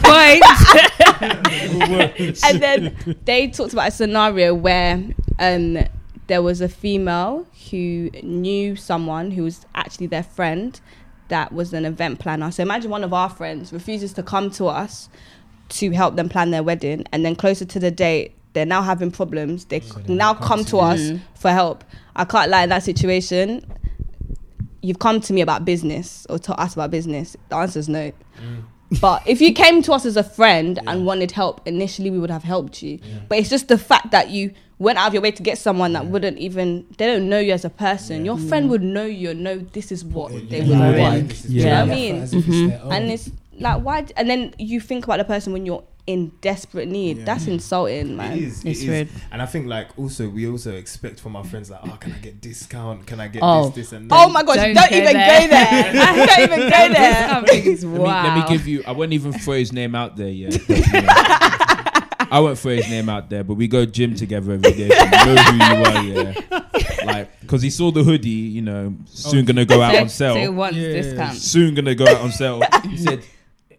point. and then they talked about a scenario where um, there was a female who knew someone who was actually their friend that was an event planner. So imagine one of our friends refuses to come to us to help them plan their wedding, and then closer to the date, they're now having problems. They c- they now can't come see to you. us for help. I can't lie in that situation. You've come to me about business or to us about business. The answer's no. But if you came to us as a friend and wanted help, initially we would have helped you. But it's just the fact that you went out of your way to get someone that wouldn't even, they don't know you as a person. Your friend would know you and know this is what they would Yeah. want. This is Yeah. their Do you know what I mean? effort Mm-hmm. as if it's their own. And it's like, why? d- And then you think about the person when you're in desperate need. Yeah. That's insulting, It man. is. it It's is. weird. And I think like also we also expect from our friends like, oh, can I get discount? Can I get Oh. this, this, and that? Oh my gosh, Don't don't, go even there. go there. don't even go there. Let, me, let me Wow. give you. I won't even throw his name out there yet. but, you know, I won't throw his name out there, but we go gym together every day. So you know who you are, yeah. Like, because he saw the hoodie, you know, soon Oh. gonna go out on They sale. want Yeah. discount. Soon gonna go out on sale. He said,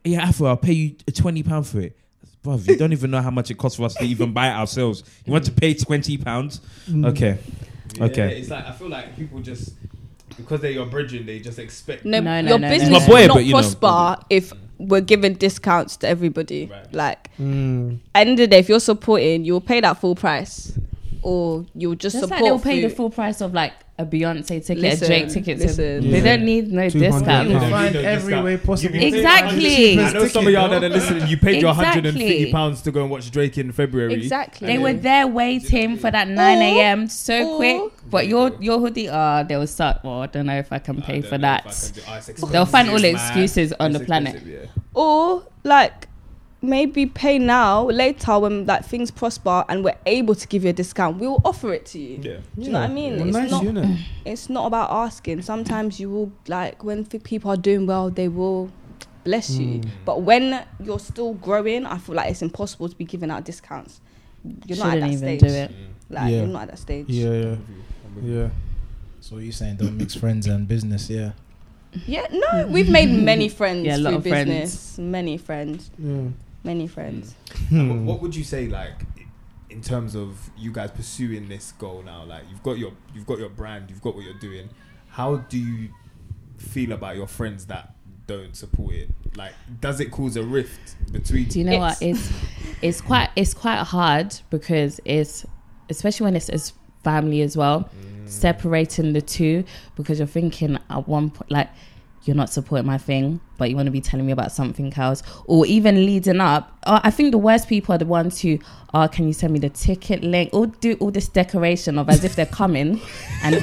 "Yeah, Afro, I'll pay you twenty pound for it." Bruv, you don't even know how much it costs for us to even buy it ourselves. You want to pay twenty pounds? Mm. Okay, Yeah, okay. It's like I feel like people just because they're your brethren, they just expect. No, No, no, your no, no, business no. will My boy, not but you know, prosper if we're giving discounts to everybody. Right. Like, Mm. end of the day, if you're supporting, you'll pay that full price, or you'll just, Just support. like they'll pay the food. full price of like a Beyonce ticket, Listen, a Drake ticket. so listen. They Yeah. don't need no 200 discount. pounds. You No, find you know, every discount. way possible. You Exactly. I know some of y'all that are listening. You paid your Exactly. 150 pounds to go and watch Drake in February. Exactly. They were there waiting for that 9 a.m. so or- quick. But your your hoodie, ah, they will suck. Well, I don't know if I can I pay don't for know if that. I can do- oh, it's expensive, They'll find all the man. excuses on It's the planet. expensive, yeah. or like maybe pay now, later when like things prosper and we're able to give you a discount, we'll offer it to you. Yeah. Do you know what I mean? Well, it's nice not. unit. It's not about asking. Sometimes you will like when f- people are doing well, they will bless you. Hmm. But when you're still growing, I feel like it's impossible to be giving out discounts. You're not at that Shouldn't even stage. do it. Like Yeah. you're not at that stage. Yeah, yeah, yeah. So you're saying don't mix friends and business, yeah? Yeah, no, we've made many friends Yeah, a lot through of friends. business. Many friends. yeah. Many friends. What, what would you say, like, in terms of you guys pursuing this goal now? Like, you've got your you've got your brand, you've got what you're doing. How do you feel about your friends that don't support it? Like, does it cause a rift between? Do you know what? It's it's quite it's quite hard because it's especially when it's as family as well, separating the two because you're thinking at one point like you're not supporting my thing, but you want to be telling me about something else, or even leading up. Uh, I think the worst people are the ones who, oh, can you send me the ticket link? Or do all this decoration of as if they're coming, and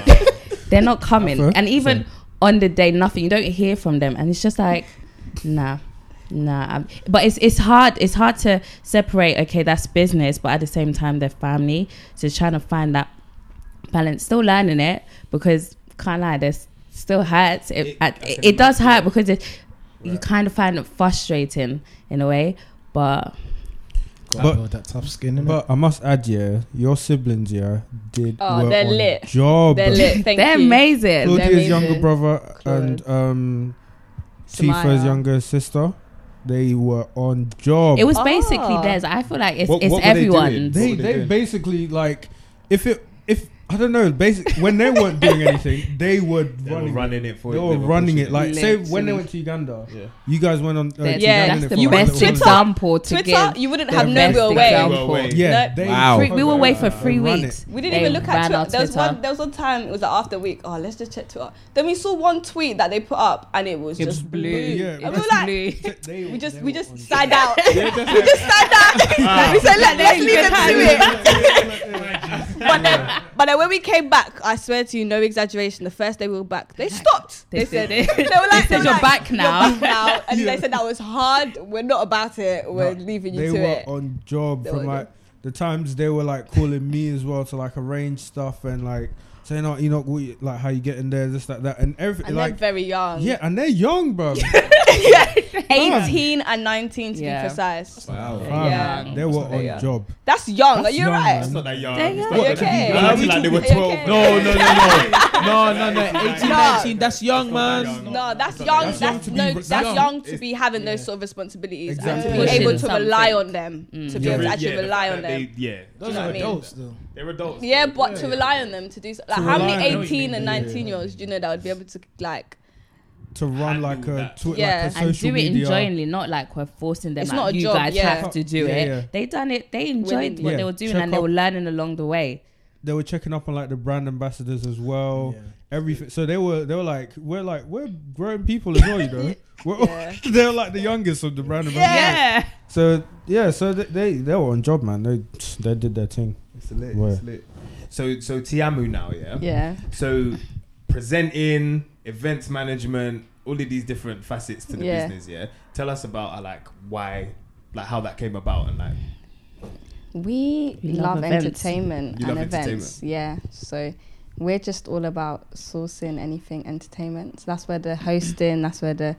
they're not coming, Fair, and even on the day nothing, you don't hear from them, and it's just like, nah. Nah, um, but it's it's hard. It's hard to separate. Okay, that's business, but at the same time, they're family. So it's trying to find that balance. Still learning it because can't lie, this still hurts. It It- it, I it, can it does imagine. hurt because it you kind of find it frustrating in a way. But Gotta But- build that tough skin, innit? But I must add, yeah, your siblings, yeah, did Oh, were they're on lit. Job. They're lit. Thank they're you. amazing. Claudia's amazing. younger brother Claude. and um, Tifa's Samaya. younger sister, they were on job. It was Oh. basically theirs. I feel like it's, What- it's what were they doing? everyone's. they What were they they doing? basically like if it if I don't know, basically when they weren't doing anything, they were They were running. it. running it for They you, were running pushing it like say when they Literally. went to Uganda. Yeah. You guys went on. Uh, Yeah, to Yeah, Uganda that's for the one best that was- example to Twitter, give. you wouldn't the have no best real way. example. Yeah, No. they Wow. fucking- We were away for three they ran weeks. it. We didn't They even look at ran our Twitter. There was Twitter. one. There was one time. It was like after a week. Oh, let's just check Twitter. Then we saw one tweet that they put up, and it was It just was blue. Yeah, And It we were was like, blue. They we were- just they we were just on- signed out. we just signed Ah. out. we said, let let's leave it to it. But then, but then when we came back, I swear to you, no exaggeration. The first day we were back, they stopped. They, They said, said it. they were like, said, were "You're like, back now." You're back now, and they said that was hard. We're not about it. We're leaving they you were to it. on job They from were- like the times they were like calling me as well to like arrange stuff and like saying, "Oh, Enoch, what you, like how you getting there, this, like that, and everything." And like, they're very young. yeah, and they're young, bro. eighteen and nineteen to Yeah. be precise. oh, Fam, Yeah. they were They on are. job. That's young. That's Are you young, right? man. It's not that young. They It's are. not Are you that young. okay? They acted like they were Are you 12. okay? No, no, no, no, no, no, no. 18, 18, 19, 19. That's young, man. No, that's That's young. young That's, to be no, re- that's young. young to be having those sort of responsibilities Exactly. and to be Yeah. able to Pushing rely something. on them, Mm. to be Yeah. able to Yeah, actually the rely fact on that them. They, yeah, Those You know are what I mean? adults, though. they're adults. Yeah, but to yeah. rely on them to do so, like how many rely on them. eighteen and Yeah. nineteen year olds do you know that would be able to like To run Handle like a, that. twi- Yeah. like a And social do it media. enjoyingly, not like we're forcing them. It's like, not a you job, guys yeah. have to do Yeah, it. yeah. They done it. They enjoyed Willingly. what Yeah. they were doing, Check and they up- were learning along the way. They were checking up on like the brand ambassadors as well. Yeah. Everything. So they were they were like we're like we're grown people as well, you know. We're all- Yeah. they're like the youngest of the brand ambassadors. Yeah. So yeah, so th- they they were on job, man. They they did their thing. It's lit. Where? It's lit. So, so Tiamu now, yeah? Yeah. So, presenting, events management, all of these different facets to the Yeah. business, yeah? Tell us about, uh, like, why, like, how that came about and, like, We We love, love events. entertainment You and love events. Yeah. So we're just all about sourcing anything entertainment. So that's where the hosting, that's where the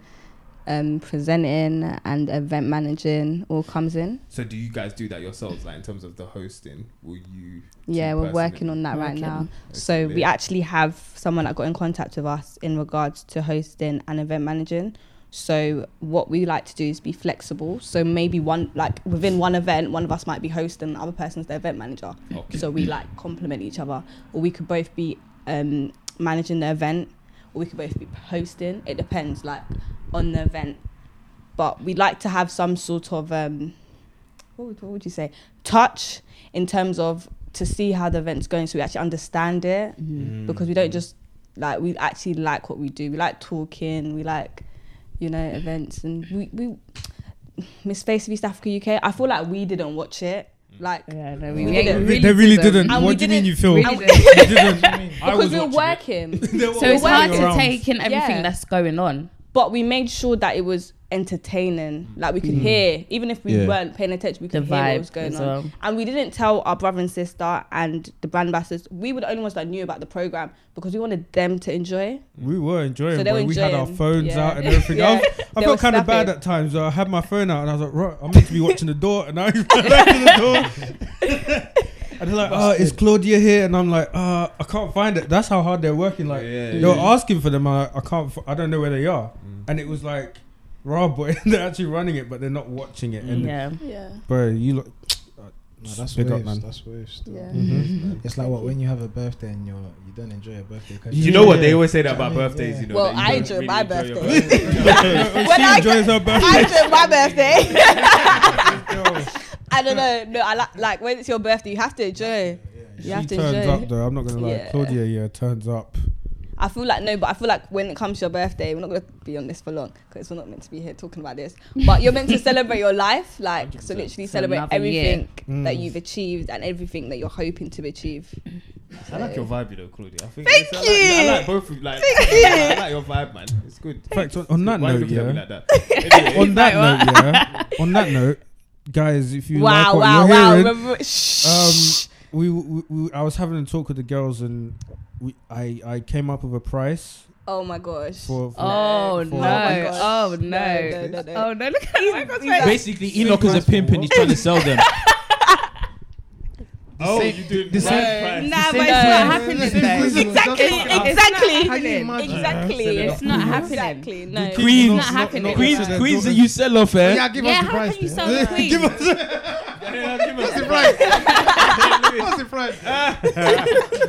um, presenting and event managing all comes in. so do you guys do that yourselves, like, in terms of the hosting? Will you. Yeah, two we're person working and- on that right Working. now. So we lit. actually have someone that got in contact with us in regards to hosting and event managing. So what we like to do is be flexible. So maybe one like within one event, one of us might be hosting, the other person's the event manager. Okay. So we like complement each other, or we could both be um, managing the event, or we could both be hosting. It depends, like on the event. But we like to have some sort of um, what would, what would you say touch in terms of to see how the event's going, so we actually understand it because we don't just like we actually like what we do. We like talking. We like you know events and we we. Miss Face of East Africa UK. I feel like we didn't watch it. Like Yeah, no, We we, didn't. we they really didn't. And we What do you mean didn't- you feel? we You didn't. didn't. I was because we were watching it. working. They were So it's all hard running to around. take in everything Yeah. that's going on. but we made sure that it was entertaining. Like we could hear, even if we Yeah. weren't paying attention, we The could hear what was vibe going as on. well. And we didn't tell our brother and sister and the brand ambassadors. We were the only ones that knew about the program because we wanted them to enjoy. We were enjoying, So they but were we had our enjoying, phones yeah. out and everything. Yeah. I, was- I They were felt kind of bad snapping. at times. though. I had my phone out and I was like, right, I'm meant to be watching the door, and I went back to the door. and they're like, oh, is Claudia here? And I'm like, uh, I can't find it. That's how hard they're working. Like Yeah, they yeah. were asking for them. I, I can't. f- I don't know where they are. Mm. And it was like, raw boy, they're actually running it, but they're not watching it. Mm. And Yeah. Yeah. bro, you look. No, that's Big waves. up, man. That's waves. Still. Yeah. Mm-hmm. It's like what when you have a birthday and you're you don't enjoy your birthday. 'cause You know what? They Yeah. always say that about Yeah. birthdays, you know. Well, that you don't I enjoy my your birthday. Oh, When she I enjoys her birthday. I did my birthday. I don't know. No, I like like when it's your birthday, you have to enjoy. You she have to turns enjoy. up though. I'm not gonna lie. Yeah. Claudia, yeah, turns up. I feel like no, but I feel like when it comes to your birthday, we're not gonna be on this for long because we're not meant to be here talking about this. But you're meant to celebrate your life, like so literally So celebrate another everything year. that Mm. you've achieved and everything that you're hoping to achieve. I like your vibe, you know, Claudia. I think Thank I like, I you. like both of you. Like, I like your vibe, man. It's good. In fact, on, on that Why are you note, looking at me yeah. like that? Anyway, On that note, yeah. On that note, guys, if you like wow, what wow, you're wow! hearing, Remember- um, Shh. we, we, we I was having a talk with the girls and we I I came up with a price oh my gosh! for. for Oh for- no! Oh my gosh. Oh no! No, no, no, no. Oh no! Look at He's- Michael's he's face. Basically, Enoch is a pimp and he's trying to sell them. oh, you doing the same- right, right. Nah, but it's same not thing. happening. though. Exactly, exactly, How do you exactly, exactly. It's not happening. Exactly, no. The Queens, It's not happening. Queens, queens that you sell off, eh? Yeah, how can you sell the queen? Yeah, give us the price. What's the price?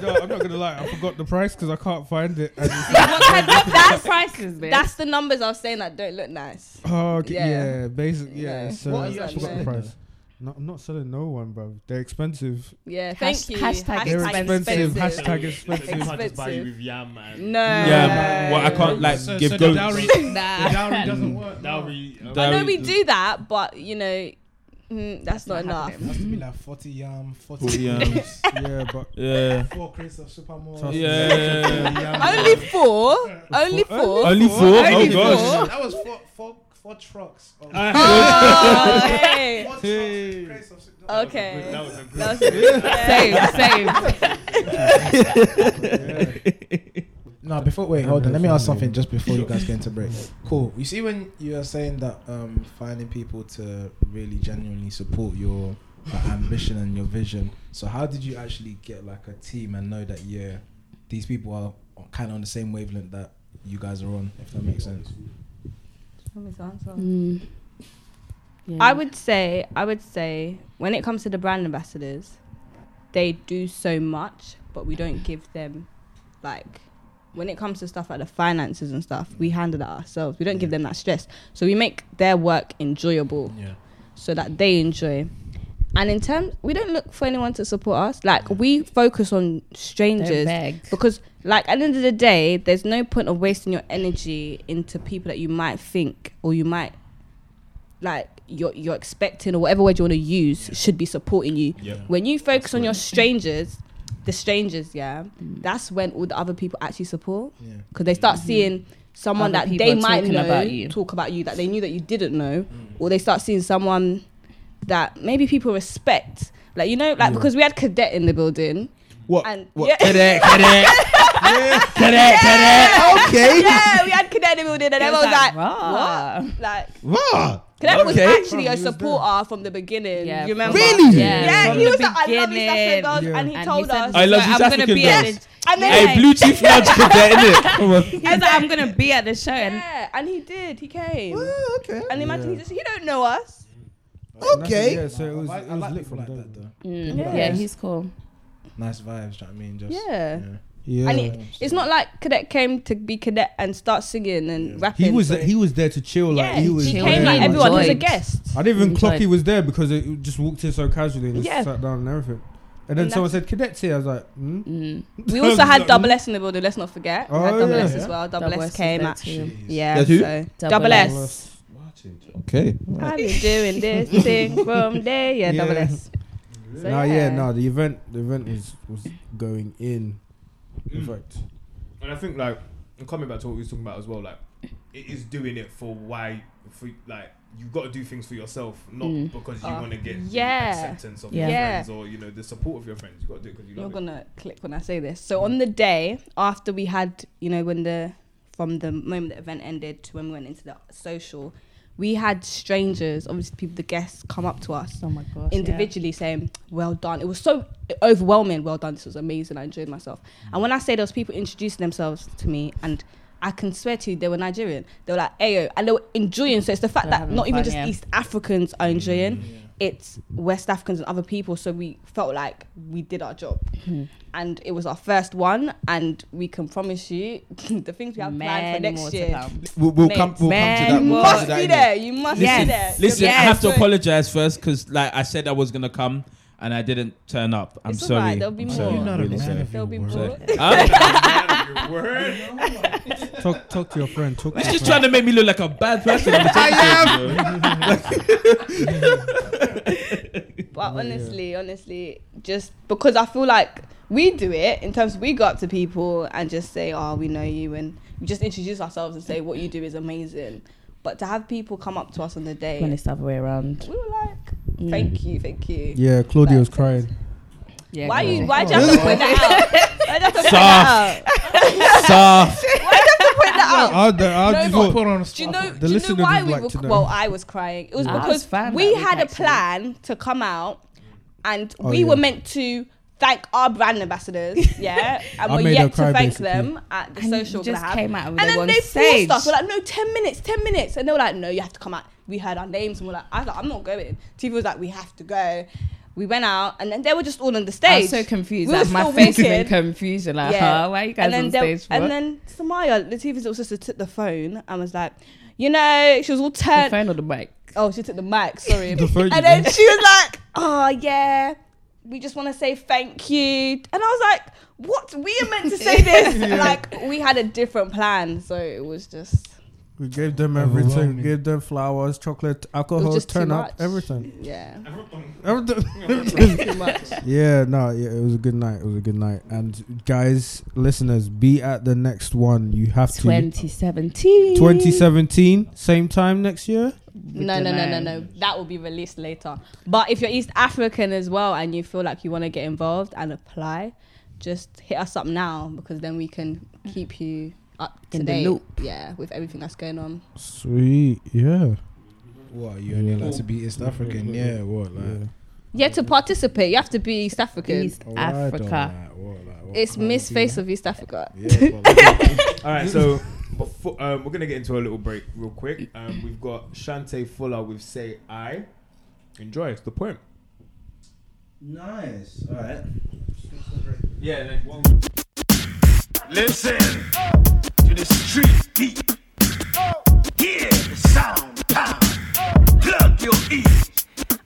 no, I'm not gonna lie. I forgot the price because I can't find it. And it's like, What kind of that's prices, man? That's the numbers I was saying that don't look nice. oh, okay, Yeah. yeah. basically, yeah. Yeah. So What are I you forgot actually the price. No, I'm not selling no one, bro. They're expensive. Yeah, thank Hash- you. hashtag They're Expensive. expensive. Expensive. Hashtag You expensive. can't just buy you Expensive. with yam and No. Yeah, man. Well, I can't like So- give so the goats. dowry- Nah. The dowry doesn't work. Dowry dowry. um, Dowry- I know we do that, but you know, mm, that's not, Not enough. happening. has to be like 40 yam, 40 Forty yams. yeah, but Yeah. four crates of supermall. Trust me. Yeah. Only four. Only four. Only four? oh Only gosh. four. That was four, four, four trucks. Of, Oh, hey. four Hey. trucks, crates of su- Oh. Okay. That was a good. That was yeah. Save, save. No, before wait, hold on. Let me ask something just before you guys get into break. Cool. You see, when you are saying that um, finding people to really genuinely support your like, ambition and your vision. So how did you actually get like a team and know that yeah, these people are kind of on the same wavelength that you guys are on? If that makes sense. Mm. Yeah. I would say, I would say, when it comes to the brand ambassadors, they do so much, but we don't give them, like, when it comes to stuff like the finances and stuff, we handle that ourselves. We don't give them that stress, so we make their work enjoyable. Yeah. so that they enjoy. And in terms, we don't look for anyone to support us. Like we focus on Don't strangers beg. because, like at the end of the day, there's no point of wasting your energy into people that you might think or you might like you're you're expecting or whatever word you want to use should be supporting you. Yep. When you focus on your strangers, the strangers, yeah, Mm. that's when all the other people actually support Yeah. because they start seeing someone Mm-hmm. Other that they people might talking know about you. talk about you that they knew that you didn't know, Mm. or they start seeing someone that maybe people respect. Like you know, like because we had cadet in the building, What? and what? yeah, Cadet, cadet. Cadet, cadet. Okay. yeah, we had cadet in the building, and It was everyone was like, like, "Rah." what? Like Rah. cadet was Okay. actually a supporter from the beginning. Yeah, you remember? from- Really? Yeah, Yeah, from he the was like, I love East African beginning. girls, Yeah. and he And told said, us. I love "So these I'm African gonna be girls. at the, and Hey, then like, blue chief nudge cadet, innit? Come on. He's like, I'm gonna be at the show, and yeah, and he did. He came. Oh, okay. And imagine he just he don't know us. that's- Okay. Yeah, so it was, I, it I was like lit people from like day that one. though. Mm, Yeah. yeah. he's cool. Nice vibes. Do you know what I mean? Just Yeah. Yeah. And it, it's not like cadet came to be cadet and start singing and rapping. He was so- he was there to chill. Like yeah, he was. he chill. there, came like Yeah. everyone. He was a Enjoyed. guest. I didn't even Mm, clock like- he was there because it it just walked in so casually and just Yeah. sat down and everything. And then And someone said cadets here. I was like, hmm? Mm. We also had double S in the building. Let's not forget. we had Oh, double yeah. S as well. Double, S, is came there at too. yeah. That's who? So double, Double S. Okay. I've been doing this thing from day. Yeah, double Yeah. S. So, nah, yeah, nah. The event, the event was was going in. In Mm. fact, And I think like and coming back to what we was talking about as well, like it is doing it for why for like you've got to do things for yourself, not Mm. because you Uh, want to get yeah. the acceptance of Yeah. your Yeah. friends or you know the support of your friends. You've got to do it because you You're love gonna click when I say this. So on the day after we had, you know, when the from the moment the event ended to when we went into the social, we had strangers, obviously people, the guests, come up to us Oh my gosh. individually saying, "Well done." It was so overwhelming. Well done. This was amazing. I enjoyed myself. Mm. And when I say those people introducing themselves to me, and I can swear to you, they were Nigerian. They were like, "Ayo," and they were enjoying. So it's the fact They're that having not even fun, just yeah. East Africans Mm, are enjoying. It's West Africans and other people, so we felt like we did our job, Hmm. and it was our first one. And we can promise you, the things we have planned for next year, We'll, we'll Mate, come. We'll come to that. man, We'll come must to be that. innit? there. You must be Listen, there. listen. I Yes. have to apologize first because, like I said, I was gonna come and I didn't turn up. I'm It's all sorry. right, there'll be I'm more. sorry, You're I'm not really sorry. There'll be Sorry. more. Huh? it. Word. talk talk to your friend. Talk. It's to just your trying to make me look like a bad person. I am. But honestly, honestly, just because I feel like we do it in terms we go up to people and just say, "Oh, we know you," and we just introduce ourselves and say, "What you do is amazing." But to have people come up to us on the day, When it's the other way around. we were like, "Thank you, thank you." yeah, Claudia was crying. Yeah, Why girl. you? Why do you have to point that out? Why do you have to point that out? Soft. Point that out. I, d- I No, just but- thought- Do you know? The do you know listener why would we like were? to know. Well, I was crying. It was I was because fine we that week, had a actually. plan to come out, and Oh, we yeah. were meant to thank our brand ambassadors. Yeah, and I we're made her yet to cry, thank basically. them at the And social. you just gonna have. came out with and it then on they stage. forced us. We're like, no, ten minutes, ten minutes, and they were like, no, you have to come out. We heard our names, and we're like, I was like, I'm not going. TV was like, we have to go. We went out, and then they were just all on I the stage. was so confused. We like, were my still face is in walking. confusion. Like, Yeah. huh? Why are you guys and then on there- stage? and for? then Samaya, Latifa's little sister, took the phone and was like, you know, she was all the turned. phone or the mic? Oh, she took the mic. Sorry. The phone, you and then mean? she was like, "Oh yeah, we just want to say thank you." And I was like, "What? We are meant to say this? Like, we had a different plan, so it was just We gave them everything. Overwhelming. Gave them flowers, chocolate, it alcohol, was just turn too up, much. everything. Yeah, Everything. too much. yeah, no, yeah, it was a good night. It was a good night. And guys, listeners, be at the next one. You have to. 2017. 2017, same time next year. No, no, no, no, no. That will be released later. But if you're East African as well and you feel like you want to get involved and apply, just hit us up now because then we can keep you up to In the date. loop. Yeah, with everything that's going on. Sweet, yeah. What you only allowed to be East African? Yeah, what like? Yeah, to participate, you have to be East African. East Oh, I don't Africa. like, what, like, what It's can't Miss do Face that? of East Africa. Yeah, but- All right, so before, um, we're gonna get into a little break real quick. Um, we've got Shante Fuller with "Say I." Enjoy. It's the poem. Nice. All right. Yeah. Listen to the street deep. Hear the sound pound. Plug your ears.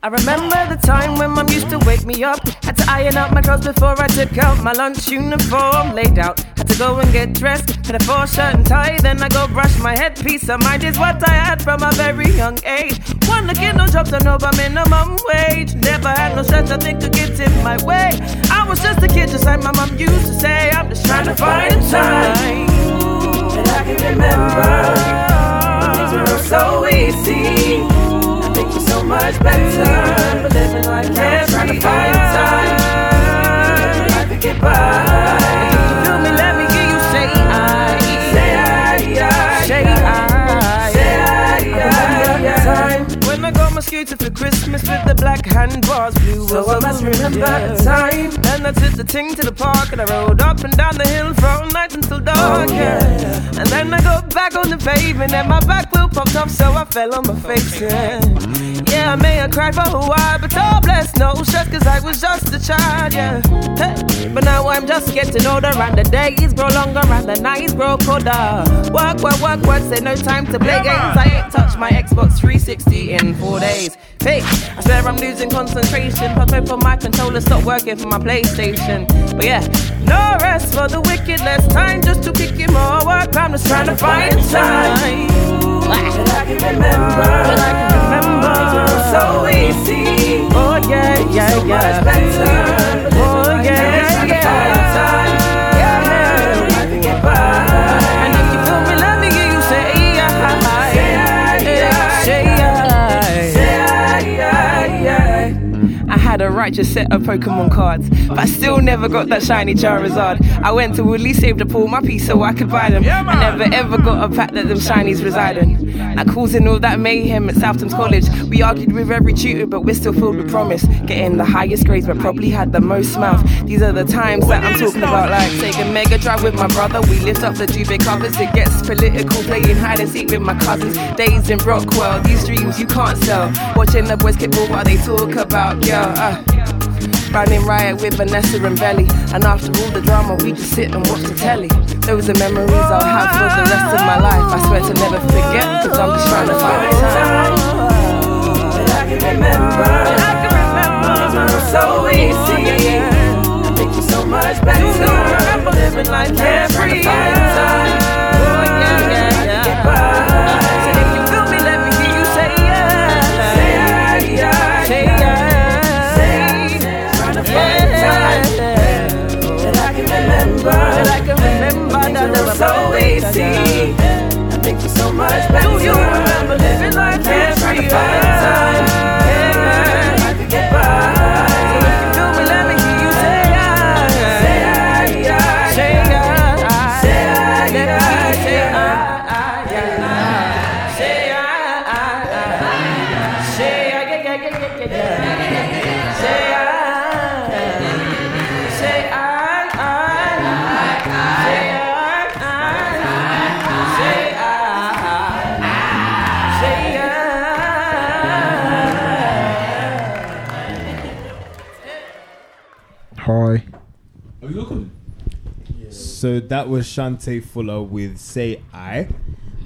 I remember the time when mum used to wake me up. Had to iron out my clothes before I took out my lunch uniform laid out. Had to go and get dressed, had a full shirt and tie. Then I go brush my headpiece. Of mind is what I had from a very young age. One look at no job, don't know about minimum wage. Never had no stress, nothing could get in my way. I was just a kid, just like my mum used to say. I'm just trying to find a time that I can remember. Things were so easy. I think you're so much better. But living like this, trying to find time. Living life to get by. If you feel me, let me hear you say I. Say I. Say I. Say I. Remember the time When I got my scooter for Christmas with the black handbars, blue so I must remember the time. Then I took the ting to the park and I rode up and down the hill from night until dark. yeah. And then I got back on the pavement and my back wheel popped off, so I fell on my face. Yeah. Yeah, I may have cried for a while, but all bless no stress, cause I was just a child, yeah. Hey, But now I'm just getting older, and the days grow longer, and the nights grow colder. Work, work, work, work, say no time to play games. I ain't touched my Xbox 360 in four days. Hey, I swear I'm losing concentration, puffing for my controller, stop working for my PlayStation. But yeah, no rest for the wicked, less time just to kick in more work. I'm just trying to find time that I can remember. That I can remember. So easy. Oh yeah, yeah, so yeah. Much better. Oh yeah, yeah, yeah. And if you feel me, let me hear you say aye. Say aye. Say aye. I had a righteous set of Pokemon cards, but I still never got that shiny Charizard. I went to Woodley, saved up all my piece so I could buy them. I never ever got a pack that them shinies reside in. Like causing all that mayhem at Southampton College. We argued with every tutor, but we're still filled with promise. Getting the highest grades, but probably had the most mouth. These are the times that I'm talking about. Like taking Mega Drive with my brother, we lift up the Dubé covers. It gets political, playing hide and seek with my cousins. Days in Rockwell, these dreams you can't sell. Watching the boys kick ball while they talk about girl. Uh. Running riot with Vanessa and Belly. And after all the drama, we just sit and watch the telly. Those are memories I'll have for the rest of my life. I swear to never forget, cause I'm just trying to find time. That I can remember. That I can remember. so easy. I think you're so much better. remember living life every time. Oh, yeah, yeah, yeah. So if you feel me, let me hear you say yeah. Say yeah, say yeah. Say Trying to find time that I can remember. That I can remember that it was so easy. I think you're so much better. Do you remember living life every time? Yeah, I could get by. So if you feel me, let me hear you say yeah. Say yeah, say yeah. Say yeah, say yeah. yeah. Say yeah. Say I yeah, yeah, yeah, yeah, yeah. Say I Say I I Say I I Say I Say I Hi. Are you looking? So that was Shante Fuller with Say I.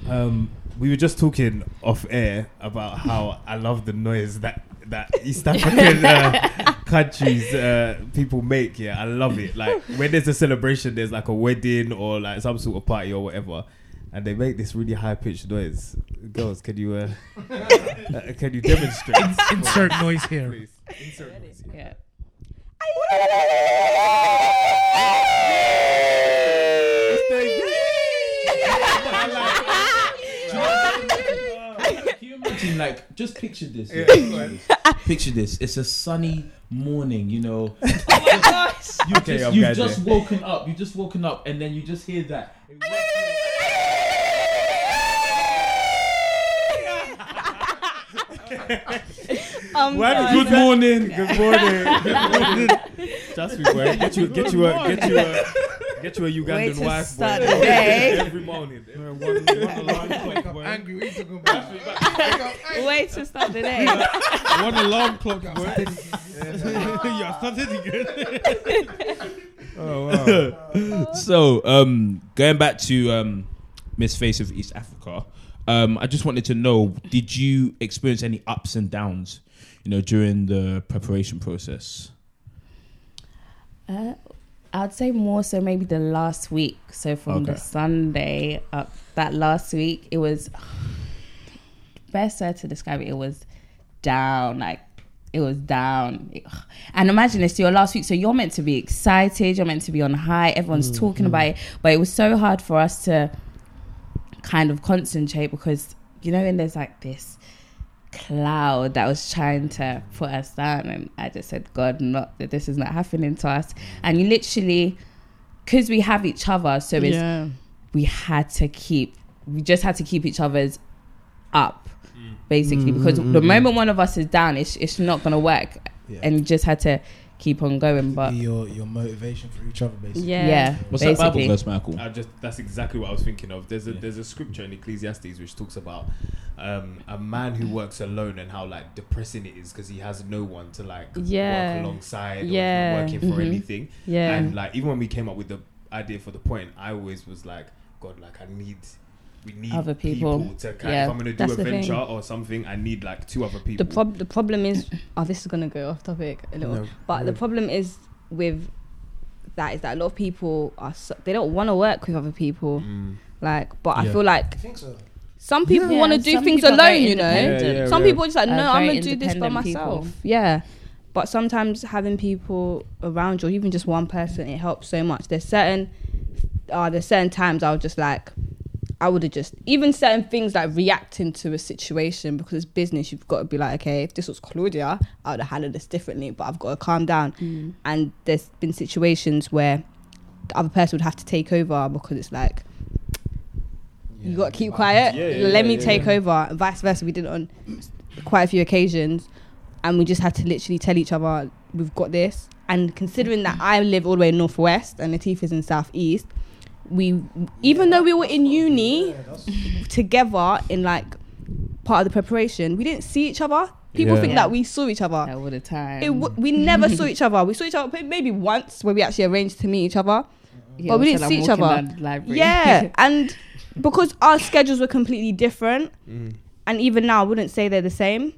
Um, we were just talking off air about how I love the noise that that East African uh, countries uh, people make. Yeah, I love it. Like when there's a celebration, there's like a wedding or like some sort of party or whatever, and they make this really high pitched noise. Girls, can you uh, uh, can you demonstrate? Insert noise here. Please. Insert noise here. Yeah. Imagine, like, just picture this. Yeah, yeah. go ahead. picture this. It's a sunny morning, you know. You Okay, just, I'm you've glad just there. woken up. You've just woken up, and then you just hear that. Um, Good morning. Good morning. Good morning. Just be well. Get you, get you, a, get you, a, get you a Ugandan Way to wife. start boy. the day. Every morning. Oh, angry. What talking Way to start the day. One alarm clock, boy. yeah, started again. so, um, going back to um, Miss Face of East Africa, um, I just wanted to know: Did you experience any ups and downs, you know, during the preparation process? Uh, I'd say more so maybe the last week. So from the Okay. Sunday up that last week, it was best way to describe it. It was down, like it was down. It- and imagine this, your last week. So you're meant to be excited. You're meant to be on high. Everyone's talking about it, but it was so hard for us to kind of concentrate because you know, and there's like this cloud that was trying to put us down and i just said god not that this is not happening to us and you literally because we have each other so it's Yeah. we had to keep we just had to keep each other's up basically because Mm, mm, the mm, moment one of us is down it's, it's not gonna work and you just had to keep on going but your your motivation for each other basically. Yeah. Yeah, What's that Bible basically. verse, Michael? I just that's exactly what I was thinking of. There's a there's a scripture in Ecclesiastes which talks about um, a man who works alone and how like depressing it is because he has no one to like Yeah. work alongside Yeah. or working for Mm-hmm. Mhm. anything. Yeah. And like even when we came up with the idea for the point, I always was like, God, like I need we need Other people. to kind Yeah. if I'm gonna do That's a the thing. venture or something, I need like two other people. The, prob- the problem is, oh, this is going to go off topic a little. No, but the no. problem is with that is that a lot of people are so, they don't want to work with other people. Mm. Like, but I Yeah. feel like some people Yeah, want to do some things people are very alone. You know, independent. Yeah, yeah, some yeah. people are just like, Uh, no, I'm very gonna do this by independent people. myself. Yeah. But sometimes having people around you, or even just one person, it helps so much. There's certain, uh, there's certain times I'll just like, I would have just even certain things like reacting to a situation because it's business. You've got to be like, okay, if this was Claudia, I would have handled this differently. But I've got to calm down. And there's been situations where the other person would have to take over because it's like. You got to keep quiet. Yeah, yeah, Let yeah, me yeah, take yeah. over. And vice versa. We did it on quite a few occasions and we just had to literally tell each other we've got this and considering that i live all the way in northwest and latif is in southeast we even though we were in uni together in like part of the preparation we didn't see each other people Yeah. think Yeah. that we saw each other all the time it w- we never saw each other we saw each other maybe once where we actually arranged to meet each other Yeah, but we we didn't said, see "I'm each walking other down the library. yeah and because our schedules were completely different Mm. and even now I wouldn't say they're the same.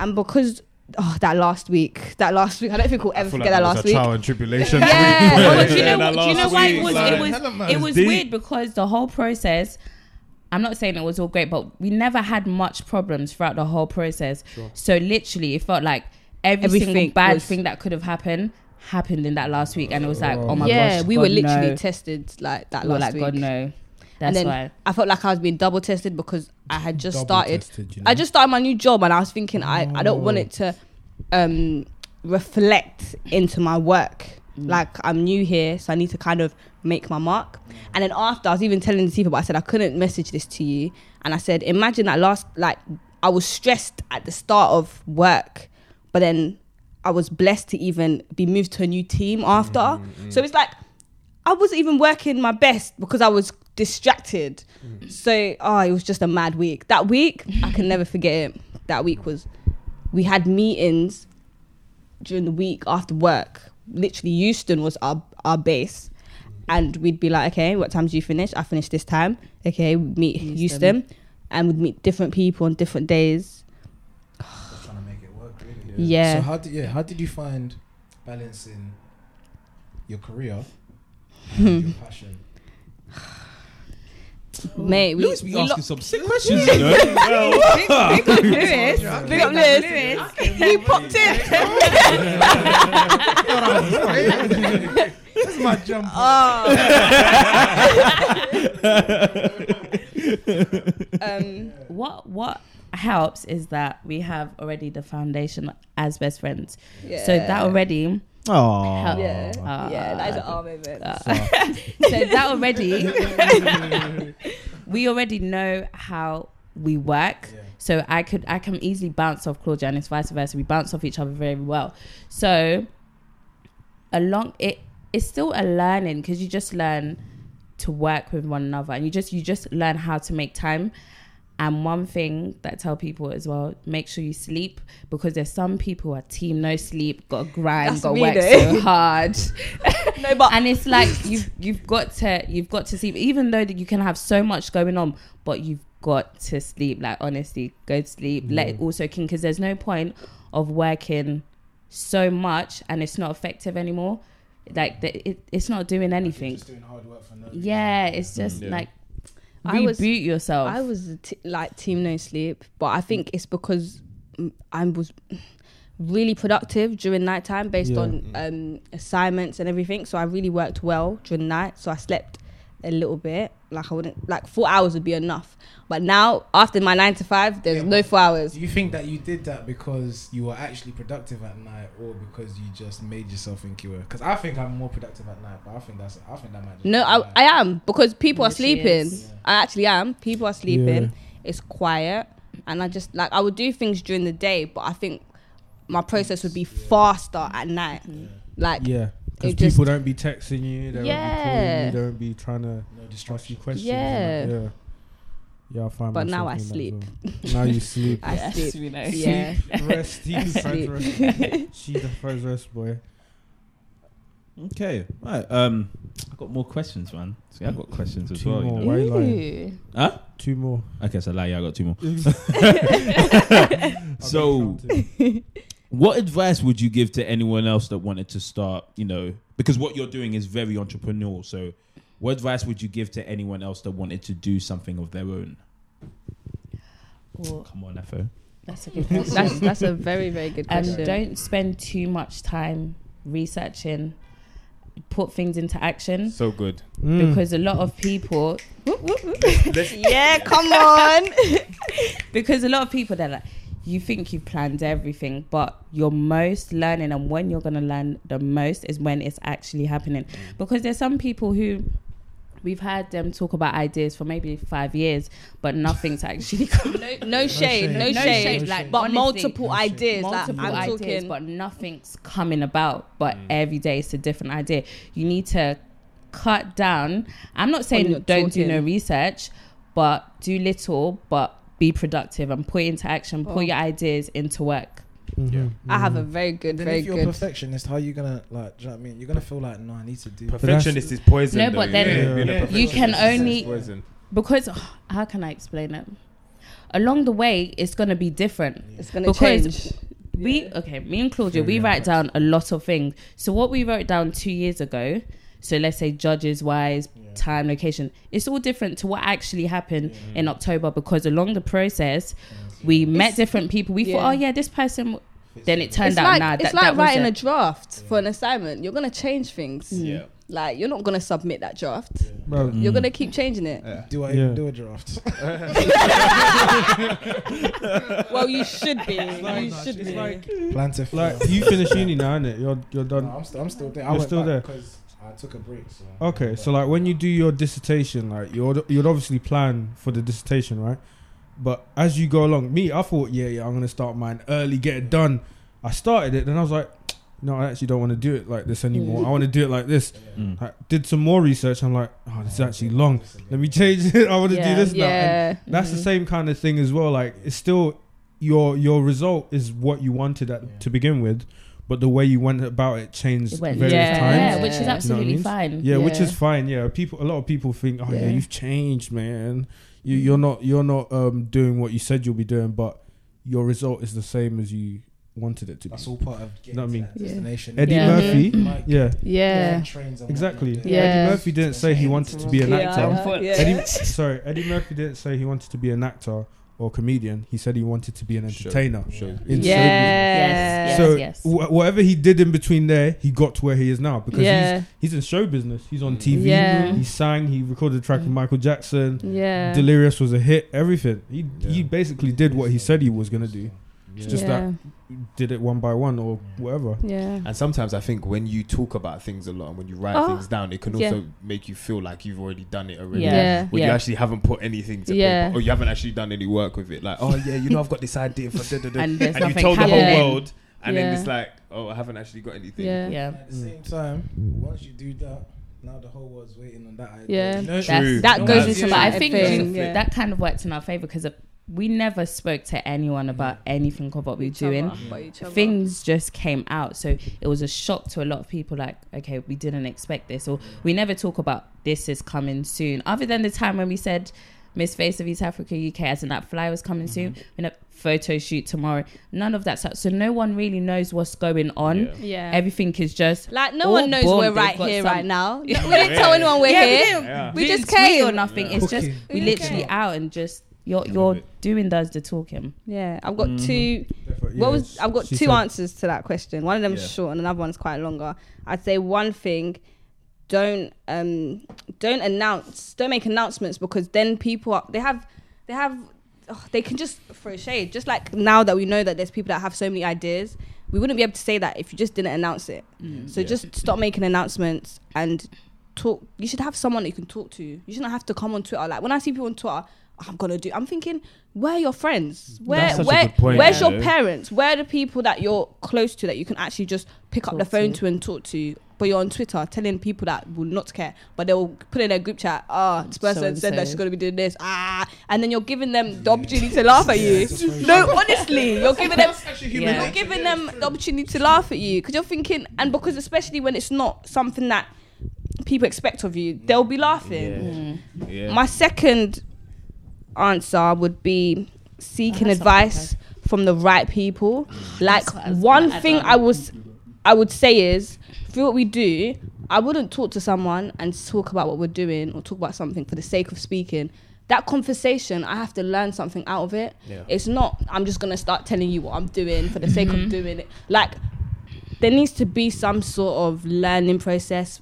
And because oh, that last week, that last week, I don't think we'll ever I feel forget like that was last a week. trial and tribulation. Yeah. week. Well, do you Yeah, know, that do you know last why week, it was like- it was it was deep. weird because the whole process I'm not saying it was all great, but we never had much problems throughout the whole process. Sure. So literally it felt like every Everything single bad was- thing that could have happened happened in that last week and it was like, oh my yeah, gosh. we God, were literally no. tested like that We were last week. like, God, no. That's and then why. I felt like I was being double tested because I had just Double started. tested, you I just started my new job, and I was thinking I, I don't want it to um, reflect into my work. Like I'm new here, so I need to kind of make my mark. And then after, I was even telling the but I said I couldn't message this to you, and I said, imagine that last like I was stressed at the start of work, but then I was blessed to even be moved to a new team after. So it's like I wasn't even working my best because I was distracted. So, oh, it was just a mad week. That week, I can never forget it. That week was, we had meetings during the week after work literally Houston was our our base. And we'd be like, okay, what time do you finish? I finish this time. Okay, we'd meet Houston. and we'd meet different people on different days. Yeah. So how did yeah how did you find balancing your career and your passion? Mate, we, Louis be we asking lo- some sick questions, you know. Big up Lewis. Big up Lewis. He popped in. That's my jump. um, what what helps is that we have already the foundation as best friends. So that Yeah. already. Aw. help- Yeah. Ah. Yeah, that is an arm moment. Ah. so that already, we already know how we work. So I could I can easily bounce off Claudia, and it's vice versa. We bounce off each other very well. So along it it's still a learning because you just learn to work with one another and you just you just learn how to make time and one thing that I tell people as well make sure you sleep because there's some people who are team no sleep got to grind That's got to me work though. so hard no but and it's like you've you've got to you've got to sleep even though that you can have so much going on but you've got to sleep like honestly go to sleep let it also king because there's no point of working so much and it's not effective anymore like the, it, it's not doing anything Doing hard work for no yeah Mm, it's just Yeah. like I reboot was- yourself I was t- like team no sleep, but I think it's because mm, I was really productive during nighttime based Yeah. on um, assignments and everything. So I really worked well during night. So I slept a little bit. Like I wouldn't like four hours would be enough. But now after my nine to five, there's Yeah, no but four hours. Do you think that you did that because you were actually productive at night, or because you just made yourself insecure? Because I think I'm more productive at night, but I think that's I think that might. Just No, be I, why. I am because people are Literally sleeping. is. I actually am. People are sleeping. Yeah. It's quiet, and I just like I would do things during the day, but I think my process would be faster at night. Like Yeah, because It just- people don't be texting you, they Yeah. don't be calling you, don't be trying to no ask you distraction. questions. Yeah. and that, yeah. Yeah, I find But now myself I in that as well. now you sleep. I sleep. we know. Yeah. Rest, he Sleep. decides rest. She defers rest, boy. Okay, right. Um, I got more questions, man. See, I got questions as Two well. You more. know? Why are you lying? Ooh. Huh? Two more. Okay, so lie. Yeah, I got two more. I've So- been counting. What advice would you give to anyone else that wanted to start? You know, because what you're doing is very entrepreneurial. So, what advice would you give to anyone else that wanted to do something of their own? Or- Come on, Efo. that's a good question. that's that's a very very good um, question. don't spend too much time researching put things into action So good. Mm. because a lot of people yeah, come on. because a lot of people they're like you think you've planned everything but you're most learning and when you're going to learn the most is when it's actually happening Mm. because there's some people who we've had them talk about ideas for maybe five years but nothing's actually come No shade, no shade, No shade, like, but honestly, multiple ideas. multiple like, I'm ideas, talking. Mm. but nothing's coming about. But every day it's a different idea. You need to cut down. I'm not saying your don't do no talking. research, but do little, but be productive and put it into action. Oh. Put your ideas into work. Mhm. I have a very good, Then very if you're good. a perfectionist, how you gonna like? Do you know what I mean? You're gonna feel like no, I need to do. Perfectionist Perfectionist is poison. No, but though, then yeah. Being a you perfectionist can is only- poison. Because how can I explain it? Along the way, it's gonna be different. It's gonna Because change. we okay me and claudia we write down a lot of things so what we wrote down two years ago so let's say judges wise time location it's all different to what actually happened in october because along the process we met different people we yeah. thought oh yeah this person w-" then it turned It's out like, nah, it's that, like that writing a wasn't- draft for an assignment. You're gonna change things. Yeah. Like you're not gonna submit that draft. Bro, Mm. You're gonna keep changing it. Do I Yeah. even do a draft? well, you should be. you it's should be. like, Plan to fail. like you finish uni now, innit? You're you're No, done. I'm, st- I'm still there. I You're went still there. because I took a break. So Okay, so like when you do your dissertation, like you'd you'd obviously plan for the dissertation, right? But as you go along, me, I thought, yeah, yeah, I'm gonna start mine early, get it done. I started it, then I was like, no, I actually don't want to do it like this anymore. I want to do it like this. Mm. I did some more research. I'm like, oh, this is actually long. Let me change it. I want to Yeah. Mm-hmm. do this now. And yeah. that's the same kind of thing as well. Like it's still your your result is what you wanted at, to begin with, but the way you went about it changed It went- various yeah, times. yeah, which is You know what I absolutely mean? fine. Yeah, which Yeah. is fine. Yeah, people. A lot of people think, oh yeah, Yeah. you've changed, man. You, you're not. You're not um, doing what you said you'll be doing, but your result is the same as you wanted it to That's be. all part of You know what I getting mean? to that destination. Eddie Yeah. Murphy. Mhm. Like, yeah. Yeah. yeah, trains and Exactly. whatnot. Eddie Yeah. Murphy didn't say he wanted to be an Yeah. actor. Yeah. Eddie, sorry, Eddie Murphy didn't say he wanted to be an actor or comedian. He said he wanted to be an entertainer. Sure. in Yes. showbiz. Yes, So yes, yes. wh- whatever he did in between there, he got to where he is now because Yeah. he's, he's in show business. He's on TV. Yeah. He sang. He recorded a track Mm. with Michael Jackson. Yeah. Delirious was a hit. Everything. He he basically did what he said he was gonna do. It's just Yeah. that did it one by one or whatever. Yeah. And sometimes I think when you talk about things a lot and when you write Oh, things down, it can yeah. also make you feel like you've already done it already. Yeah. Yeah. When you Yeah. actually haven't put anything to Yeah. paper or you haven't actually done any work with it. Like, oh yeah, you know I've got this idea for da, da, da. And and, there's you nothing told the happening. whole world and then Yeah. it's like, oh I haven't actually got anything. Yeah. Yeah. At the same time, once you do that, now the whole world's waiting on that idea. Yeah, You know, That's- you know that what goes I'm into. saying? But I think you- that kind of worked in our favor because we never spoke to anyone about anything of what we were other, doing. about each other. Things just came out, so it was a shock to a lot of people. Like, okay, we didn't expect this, or we never talk about this is coming soon. Other than the time when we said. Miss Face of East Africa UK, as in that flyer was coming soon. We know photo shoot tomorrow. None of that stuff. So no one really knows what's going on. Yeah. everything is just Like no oh, one knows boom, we're they've right got here some- right now. No, we didn't tell anyone we're Yeah, here. We, didn't- We didn't just tweet came or nothing. Yeah. It's just We we literally came. out and just you're you're doing does the talking. Yeah, I've got Mm. Mhm. two. Definitely, What yeah, was she- I've got she two said- answers to that question. One of them's Yeah. short, and another one's quite longer. I'd say one thing: don't um don't announce, don't make announcements because then people are, they have they have ugh, they can just throw shade. Just like now that we know that there's people that have so many ideas, we wouldn't be able to say that if you just didn't announce it. Mm. So Yeah. just stop making announcements and talk. You should have someone that you can talk to. You shouldn't have to come on Twitter. Like when I see people on Twitter, "Oh, I'm gonna do. I'm thinking, where are your friends? Where Mm. That's such a where good point, where's yeah. your parents? Where are the people that you're close to that you can actually just pick up the phone to. and talk to? But you're on Twitter telling people that will not care, but they will put in a group chat. Ah, this person said that So-and-so. she's gonna be doing this. Ah, and then you're giving them the opportunity to laugh at you. no, honestly, you're giving them That's actually human you're nature. giving them the opportunity to laugh at you because you're thinking, and because especially when it's not something that people expect of you, they'll be laughing. Yeah. My second answer would be seeking advice from the right people. Like one add thing on. I was, I would say is through what we do, I wouldn't talk to someone and talk about what we're doing or talk about something for the sake of speaking. That conversation, I have to learn something out of it. Yeah. It's not I'm just gonna start telling you what I'm doing for the sake of doing it. Like there needs to be some sort of learning process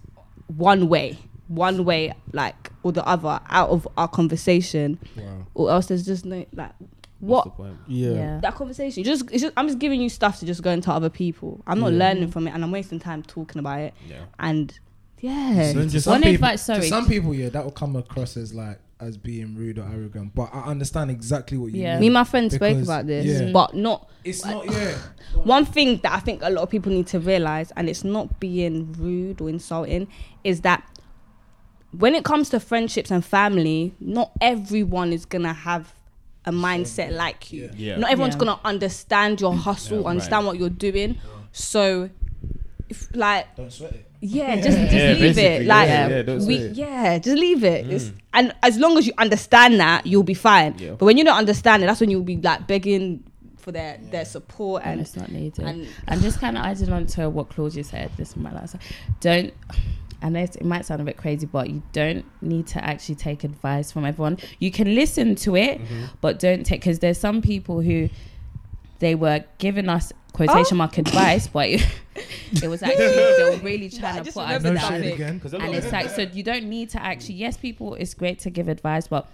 one way one way like or the other out of our conversation Wow. or else there's just no like what Yeah. Yeah. that conversation you just, it's just i'm just giving you stuff to just go into other people i'm not Yeah. learning from it and i'm wasting time talking about it and yeah So to some people- To some people, yeah, that will come across as like as being rude or arrogant. But I understand exactly what you Yeah. mean. Me and my friend spoke because- about this, yeah. but not. It's not. Yeah. One thing that I think a lot of people need to realize, and it's not being rude or insulting, is that when it comes to friendships and family, not everyone is gonna have a mindset like you. Yeah. Yeah. Not everyone's Yeah. gonna understand your hustle, right. understand what you're doing. So, if like, don't sweat it. Yeah, just just Yeah, leave basically, it. Like, yeah, yeah, don't we sweat it. Mm. yeah, just leave it. It's, and as long as you understand that, you'll be fine. Yeah. But when you don't understand it, that's when you'll be like begging for their their support and, and it's not needed. and- And I'm just kind of adding on to what Claudia said. This is my last. one. Don't. I know it might sound a bit crazy, but you don't need to actually take advice from everyone. You can listen to it, Mm-hmm. but don't take because there's some people who they were giving us Oh. quotation mark advice, but it, it was actually they were really trying to put us remembered down. something. No shade again. 'Cause a lot And of- it's like so you don't need to actually. Yes, people, it's great to give advice, but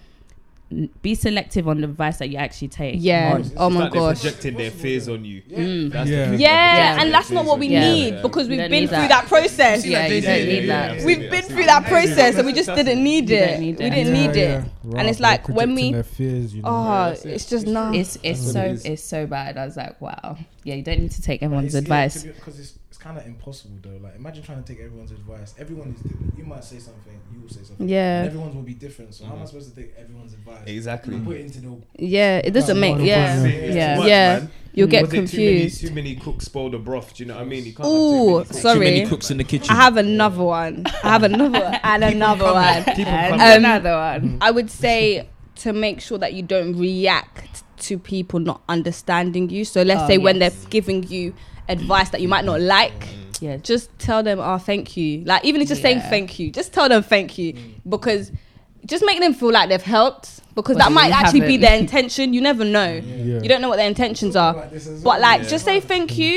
n- be selective on the advice that you actually take. Yeah. on. Oh It's my like they're gosh. projecting their fears on you. Mm. That's the yeah, thing, they're projecting and their that's not fears what on we you. need Yeah. because we've don't been need through that. that process. Yeah, you don't need that. We've been through that process and we just didn't need You don't it. We need it. didn't need it. And it's like when we Oh, it's just not. It's it's so it's so bad. I was like, wow. Yeah, you don't need to take everyone's advice. Because it's, it's kind of impossible though. Like, imagine trying to take everyone's advice. Everyone is different. You might say something, you will say something. Yeah. And everyone's will be different. So how am I supposed to take everyone's advice? Exactly. And put it into the Yeah, it doesn't Right, make. right, Yeah, right. yeah, yeah. Work, man. You'll get Mm. Was it confused. Too many, too many cooks spoil the broth. Do you know what I mean? You can't Oh, have too many cooks. sorry. in the kitchen. I have another one. I have another one and another one. Keep 'em Um, And uh, coming. another Mm-hmm. one. I would say to make sure that you don't react to people not understanding you. So let's Oh, say when yes. they're giving you advice that you might not like, Yeah. just tell them, "Oh, thank you." Like even if just saying Yeah. Mm. thank you, just tell them thank you because just make them feel like they've helped because But that they might actually be haven't. their intention. You never know. You don't know what their intentions are. But like, just say thank you,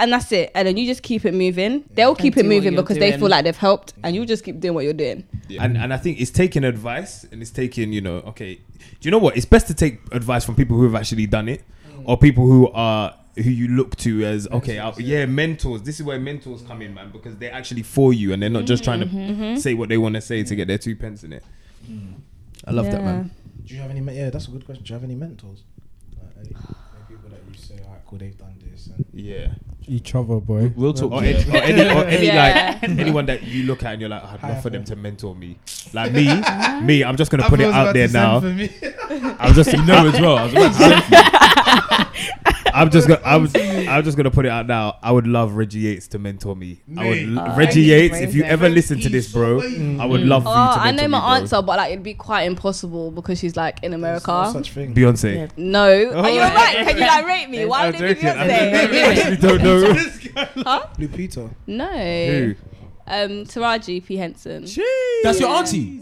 and that's it. And then you just keep it moving. They'll keep do it what moving you're because they doing. feel like they've helped, Mm. and you just keep doing what you're doing. And and I think it's taking advice and it's taking you know okay. Do you know what? It's best to take advice from people who have actually done it, Mm. or people who are who you look to as okay. I'll- yeah, mentors. This is where mentors come in, man, because they're actually for you and they're not just trying to Mhm. say what they want to say to get their two pence in it. I love that, man. Do you have any? men- Yeah, that's a good question. Do you have any mentors? Like, any, any people that you say, alright, cool, they've done this. And Yeah. Each other, boy. We'll talk. Or to any, you. or any, or any Yeah. like anyone that you look at and you're like, I'd love for them to mentor me. Like me, Ah. me. I'm just gonna put it out there now. I'm just You know as well. I was about to say to you. I'm just gonna I'm, I'm just gonna put it out now. I would love Reggie Yates to mentor me. I would Mate. l- Oh, Reggie he's Yates. If you amazing. ever listen to this, bro, I would love for Oh, you to mentor I know my me, bro. answer, but like it'd be quite impossible because she's like in There's no America. such thing. Beyonce. Yeah. No, are you alright? Can you like rate me? Why Oh. I'm would it be joking. I don't know. I Beyonce? actually don't know. huh? Lupita. No. Who? Um, Taraji P Henson. That's your auntie.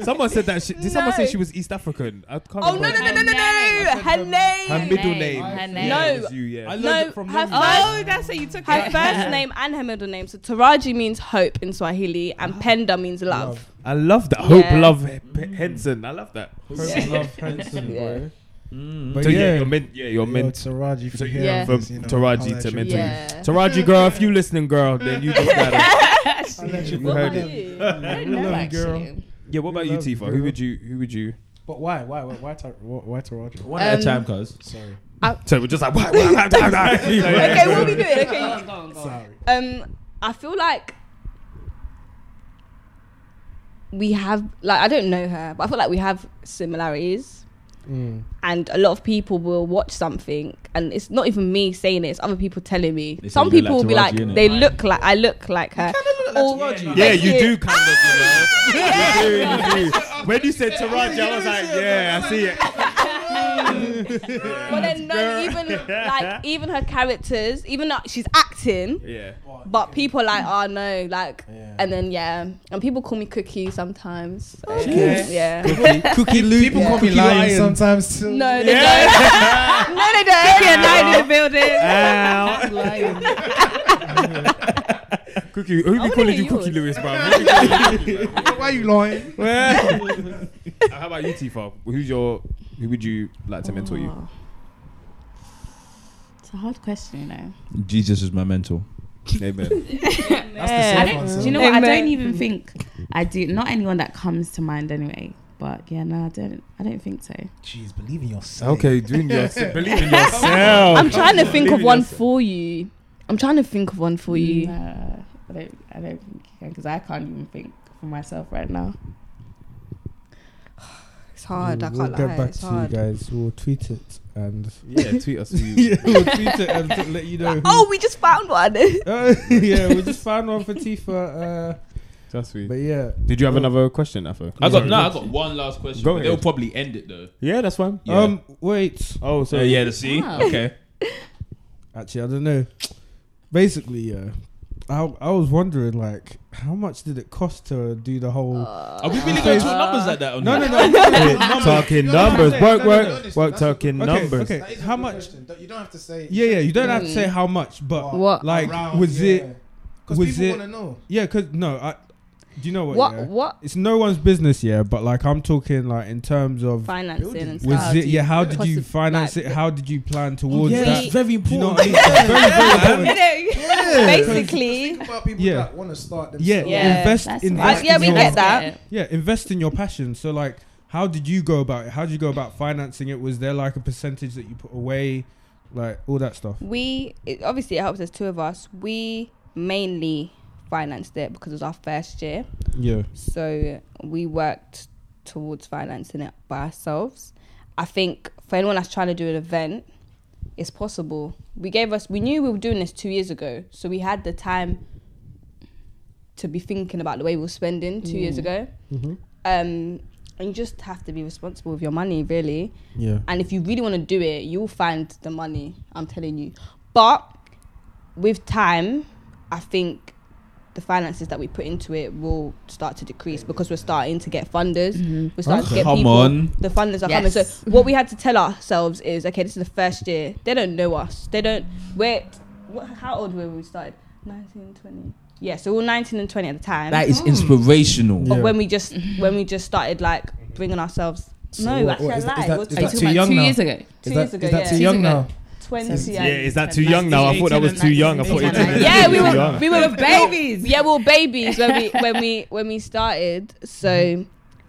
Someone said that. She, did someone say No. she was East African? I can't Oh no remember. no no no no no! Her Her name. middle name. Her Yeah, name. it No. was you, yeah. I learned No, it from her Nimi. Oh, first, that's how you took her first name and her middle name. So Taraji means hope in Swahili, and Penda means love. I love that. Hope, Yeah. love, H- P- Henson. I love that. Hope love Henson, boy. Mm. But so yeah, yeah, you're meant. Yeah, you're Yo, meant. Taraji for So hearing yeah. For this, you know, I'll Taraji let to you- mentor you. Yeah. Taraji girl, if you listening, girl, then you just gotta. I'll let you- You heard it. you? I don't know, actually. Yeah. What about you, love Tifa? girl. Who would you? Who would you? But why? Why? Why? Why, Tar- why, why Taraji? One at Um, a time, cuz. Sorry. So we're just like. Why, why, why, why, why? Okay, what are we doing? Okay. Go on, go on. Sorry. Um, I feel like we have like I don't know her, but I feel like we have similarities. And a lot of people will watch something, and it's not even me saying it; it's other people telling me. They say Some you look people will be like like, Taraji, innit? "They look like I look like her." Or- Yeah, Thank you you. do kind of. You know. Yeah. You do, you do. When you said Taraji, I was like, yeah, I see it. But then no, even like even her characters, even though she's acting, Yeah. but people are like, oh no, like, Yeah. and then yeah, and people call me Cookie sometimes. so, Yeah. Cookie, cookie Luke. People call me lying sometimes too. No, they don't. no, they don't. Cookie and Lion in the building. Cookie, who wanna be calling hear you Cookie Lewis, yours. bro? Who be calling you Cookie, bro? Why are you lying? Uh, How about you, Tifa? Who's your? Who would you like to mentor you? Oh. It's a hard question, you know. Jesus is my mentor. Amen. That's the safe I don't- answer. do you know what? I Amen. don't even think I do. Not anyone that comes to mind, anyway. But yeah, no, I don't. I don't think so. Jeez, believe in yourself. Okay, doing your believe in Oh, yourself. I'm trying to think Believe of in one yourself. for you. I'm trying to think of one for you. No, I don't. I don't think you can because I can't even think for myself right now. It's hard. I we'll can't get lie. back It's to you hard. guys. We'll tweet it and Yeah, tweet us. who you- yeah, we'll tweet it and t- let you know. Oh, we just found one. who- Uh, Oh! yeah, we just found one for Tifa. Uh, That's sweet. but yeah, Did you have another question, Afo? I got Sorry. no. I got one last question. Go but ahead. they'll probably end it though. Uh, Yeah, that's fine. Yeah. um, wait. Oh, So sorry. yeah, the see. Wow. Okay. Actually, I don't know. Basically, yeah. I, I was wondering like how much did it cost to do the whole Are we really going to numbers like that? On no here? no no Talking numbers. Work, work, work. Talking okay, numbers. That okay is a how good much question. Don't- You don't have to say. yeah yeah you don't have to say how much but What? What? like Around, was yeah. it 'Cause was people it- want to know. yeah cause no I do you know what What? yeah? What? it's no one's business yeah but like I'm talking like in terms of Financing and was stuff. it yeah how did you Possib- finance like- it how did you plan towards Yeah, that it's very do you know what I mean? It's very, very important. Basically, About people Yeah. that want to start yeah, themselves. Yeah, invest that's invest right. Yeah, in we your- get that. Yeah, invest in your passion. So like, how did you go about it? How did you go about financing it? Was there like a percentage that you put away? like all that stuff. We it, obviously it helps. There's two of us. We mainly financed it because it was our first year. Yeah. So we worked towards financing it by ourselves. I think for anyone that's trying to do an event, it's possible. We gave us. We knew we were doing this two years ago, so we had the time to be thinking about the way we were spending two years Mm. ago. Mhm. Um, and you just have to be responsible with your money, really. Yeah. And if you really want to do it, you'll find the money. I'm telling you. But with time, I think the finances that we put into it will start to decrease because we're starting to get funders. We're starting Okay. to get Come people. on. The funders are coming. Yes. So what we had to tell ourselves is, okay, this is the first year. They don't know us. They don't. We're what, how old were we? when We started 19, 20. Yeah, so we were 19 and 20 at the time. That is inspirational. But when we just when we just started like bringing ourselves. So no, what- actually, what is I that- is lied. that- We're is that talking too about young two now? years ago. Is Two that- years ago. is that yeah. too young now? Twenty. Seventeen. yeah. Yeah, is that too young now? I thought that was too young. I thought it was too Yeah, we young. were we were babies. Yeah, we were babies when we when we when we started. So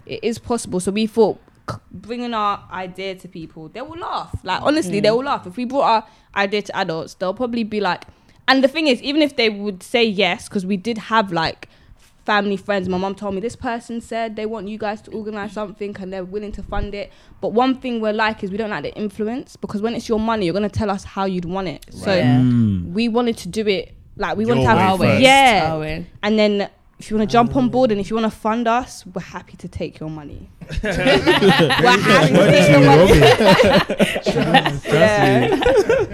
it is possible. So we thought c- bringing our idea to people, they will laugh. Like honestly, they Mm. will laugh. If we brought our idea to adults, they'll probably be like. And the thing is, even if they would say yes, because we did have like family friends. My mom told me this person said they want you guys to organize something and they're willing to fund it. But one thing we're like is we don't like the influence because when it's your money, you're gonna tell us how you'd want it. So Right. Mm. we wanted to do it like we want to Your have way first. yeah. Our way. And then if you want to jump on board and if you want to fund us, we're happy to take your money. we're happy to Why did take you your money. rob me? yeah.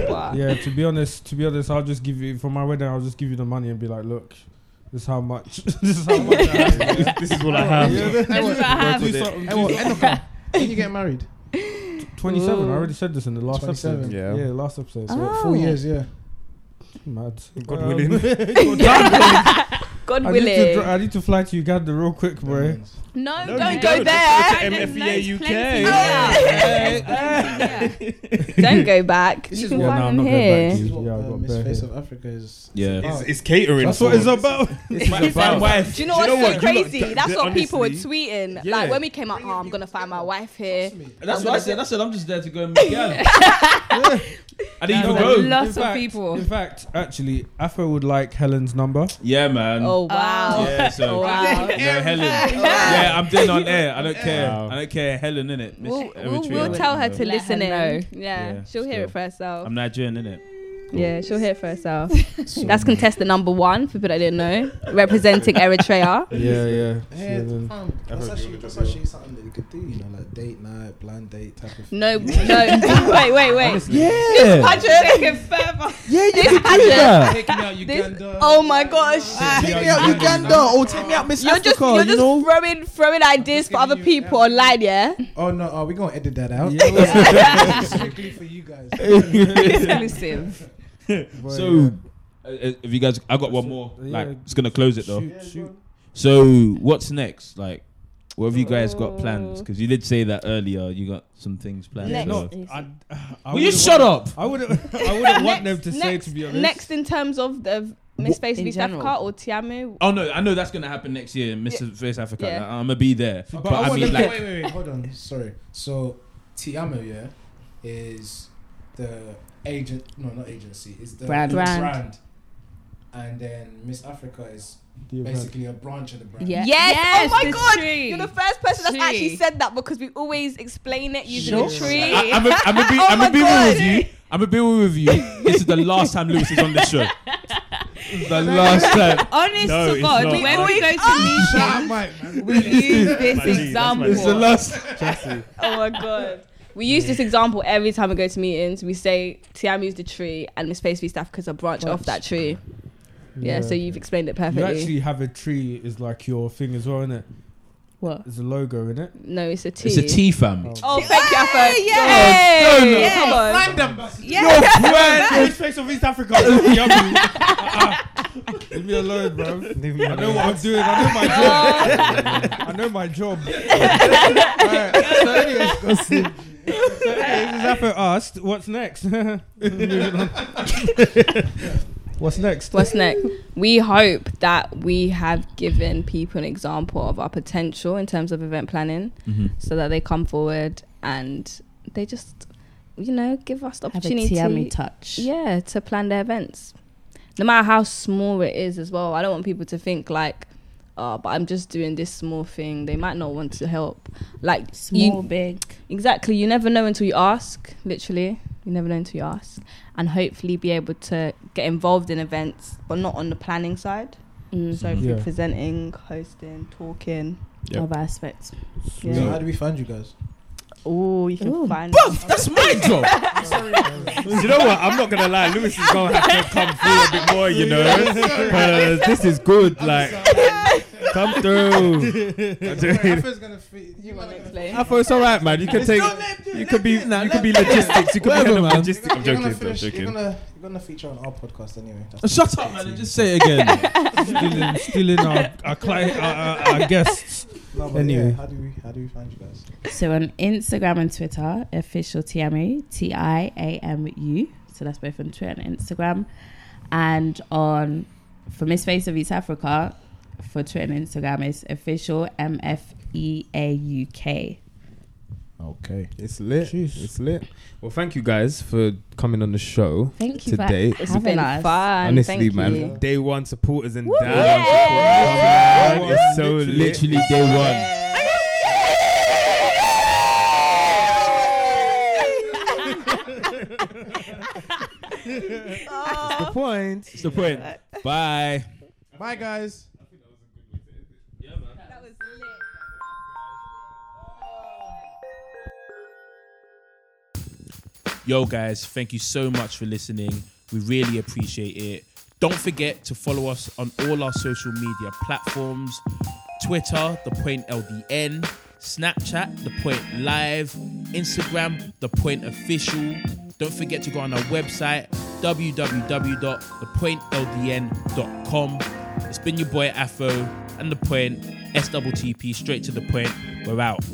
But- yeah, to be honest, to be honest, I'll just give you for my wedding. I'll just give you the money and be like, look, this is how much. this is how much. I have. This is what I have. Yeah, This is what I have. Do something, Hey, what, do end of something. When you get married? Twenty-seven. Ooh. I already said this in the last 27. episode. Yeah. yeah, last episode. So what, four years, yeah. Mad. God Um, willing. God damn. God I need to willing. dr- I need to fly to Uganda real quick, bro. No, No, don't you go don't. there. Let's go to There's MFEA UK. plenty Yeah. there. don't go back. you can what- Yeah, no, find I'm them not going back here. to you. Yeah, I got uh, Miss bare Face hair. of Africa is. Yeah. about. It's- it's catering That's for what it's us. about. It's my fine wife. Do you know what's so what? You lot- crazy? th- That's th- what people were honestly, tweeting. yeah. Like when we came out, oh, I'm gonna find my wife here. That's I'm what I gonna said. do- I said I'm just there to go and meet girls. I didn't even Yeah, go. in Lots of fact- people. In fact, actually, Afro would like Helen's number. Yeah, man. Oh wow. Oh, Yeah, so wow. yeah, Helen. Yeah, I'm doing on air. I don't care. I don't care. Helen, innit? Miss We'll, we'll, Eritrea, we'll innit? tell her So- to listen her in. Yeah, Yeah, she'll hear it for herself. I'm Nigerian, innit? Yeah, she'll hear it for herself. That's contestant number one, for people that didn't know, representing Eritrea. Yeah, yeah. Yeah, She- fam, that's actually that's actually something that you could do, you know, like date night, blind date type of. No, no. wait, wait, wait. This Yeah. pageant. Take it further. Yeah, you This could do pageant- that. Take me out This, oh my gosh. Take me out Uganda or take me out Miss You're just, Africa. you're you just know. throwing, throwing ideas for other people online, yeah? Oh no, oh, we gonna edit that out. Strictly for you guys. Exclusive. so, uh, uh, if you guys, I got one more. Yeah. Like, it's gonna close it though. Shoot, shoot. So, what's next? Like, what have you guys got plans? Because you did say that earlier. You got some things planned. Uh, Next. so- Yes. I, I Will you wouldn't shut want- up? I wouldn't. I wouldn't want them to say. next, To be honest, next in terms of the Miss Face In East general. Africa or Tiamu. Oh no, I know that's gonna happen next year, in Mr. Face Africa. Yeah. I'm gonna be there, but, But I I want mean, to like, get- wait, wait, wait, hold on. Sorry. So, Tiamo, yeah, is the agent. No, not agency. Is the Brand. Brand. brand. And then Miss Africa is basically a branch of the brand. Yeah. Yes. Yes, Oh my the god! tree. You're the first person that's Tree. actually said that because we always explain it using a Sure. tree. I, am gonna be, Oh I'm my gonna be God. real with you. I'm gonna be real with you. This is the last time Lewis is on this show. This is the last time. Honest No, to it's God, not. when we go to Shout out, meetings, Mike, man. we use this G, that's my example. It's the last. Oh my god. We use this example every time we go to meetings. We say Tiamu's the tree and Miss Face East Africa's a branch off that tree. Yeah, so you've explained it you perfectly. actually have a tree is like your thing as well, isn't it? What? It's a logo, isn't it? no, it's a T. It's a T fam. Oh, thank you, Afo. yeah. Yay! Yes. Come on. Miss Face of East Africa. Uh-uh. Leave me alone, bro. I know what I'm doing. I know my job. I know my job. Alright, so anyway, so anyway, this is Afro asked, "What's next?" Moving on. What's next? What's next? We hope that we have given people an example of our potential in terms of event planning Mhm. so that they come forward and they just you know, give us the Have a opportunity. Tiami touch. Yeah, to plan their events. No matter how small it is as well. I don't want people to think like, oh, but I'm just doing this small thing. They might not want to help. Like Small, big. Exactly. You never know until you ask, literally. You never know until you ask. And hopefully be able to get involved in events, but not on the planning side. So Mhm. through Yeah. presenting, hosting, talking. Yep. Other aspects. So how do we find you guys? Oh, you can find. that's my job. you know what? I'm not gonna lie. Lewis is gonna have to come through a bit more, you know, because this is good. Like, come through. I thought it's all right, man. You can take. You could be. You could be logistics. You could be head of logistics. I'm joking. You're gonna I'm finish- You're joking. gonna you're gonna feature on our podcast anyway. Shut up, man. and Just say it again. stealing, stealing our, our, client, our, our, our guests. No, but anyway, yeah, how do we how do we find you guys? So on Instagram and Twitter, official Tiamu, T I A M U. So that's both on Twitter and Instagram. And on for Miss Face of East Africa, for Twitter and Instagram is official M F E A U K. Okay, it's lit. It's lit. Well, thank you guys for coming on the show. Thank you for today. It's having been us. fun. Honestly, Thank man, you. day one supporters and down. Yeah. supporters. It's so Literally day one. It's the point. It's the point. Bye. Bye guys. Yo, guys, thank you so much for listening. We really appreciate it. Don't forget to follow us on all our social media platforms Twitter, The Point LDN, Snapchat, The Point Live, Instagram, The Point Official. Don't forget to go on our website, www.thepointldn.com. It's been your boy Afro and The Point, SWTP, straight to the point. We're out.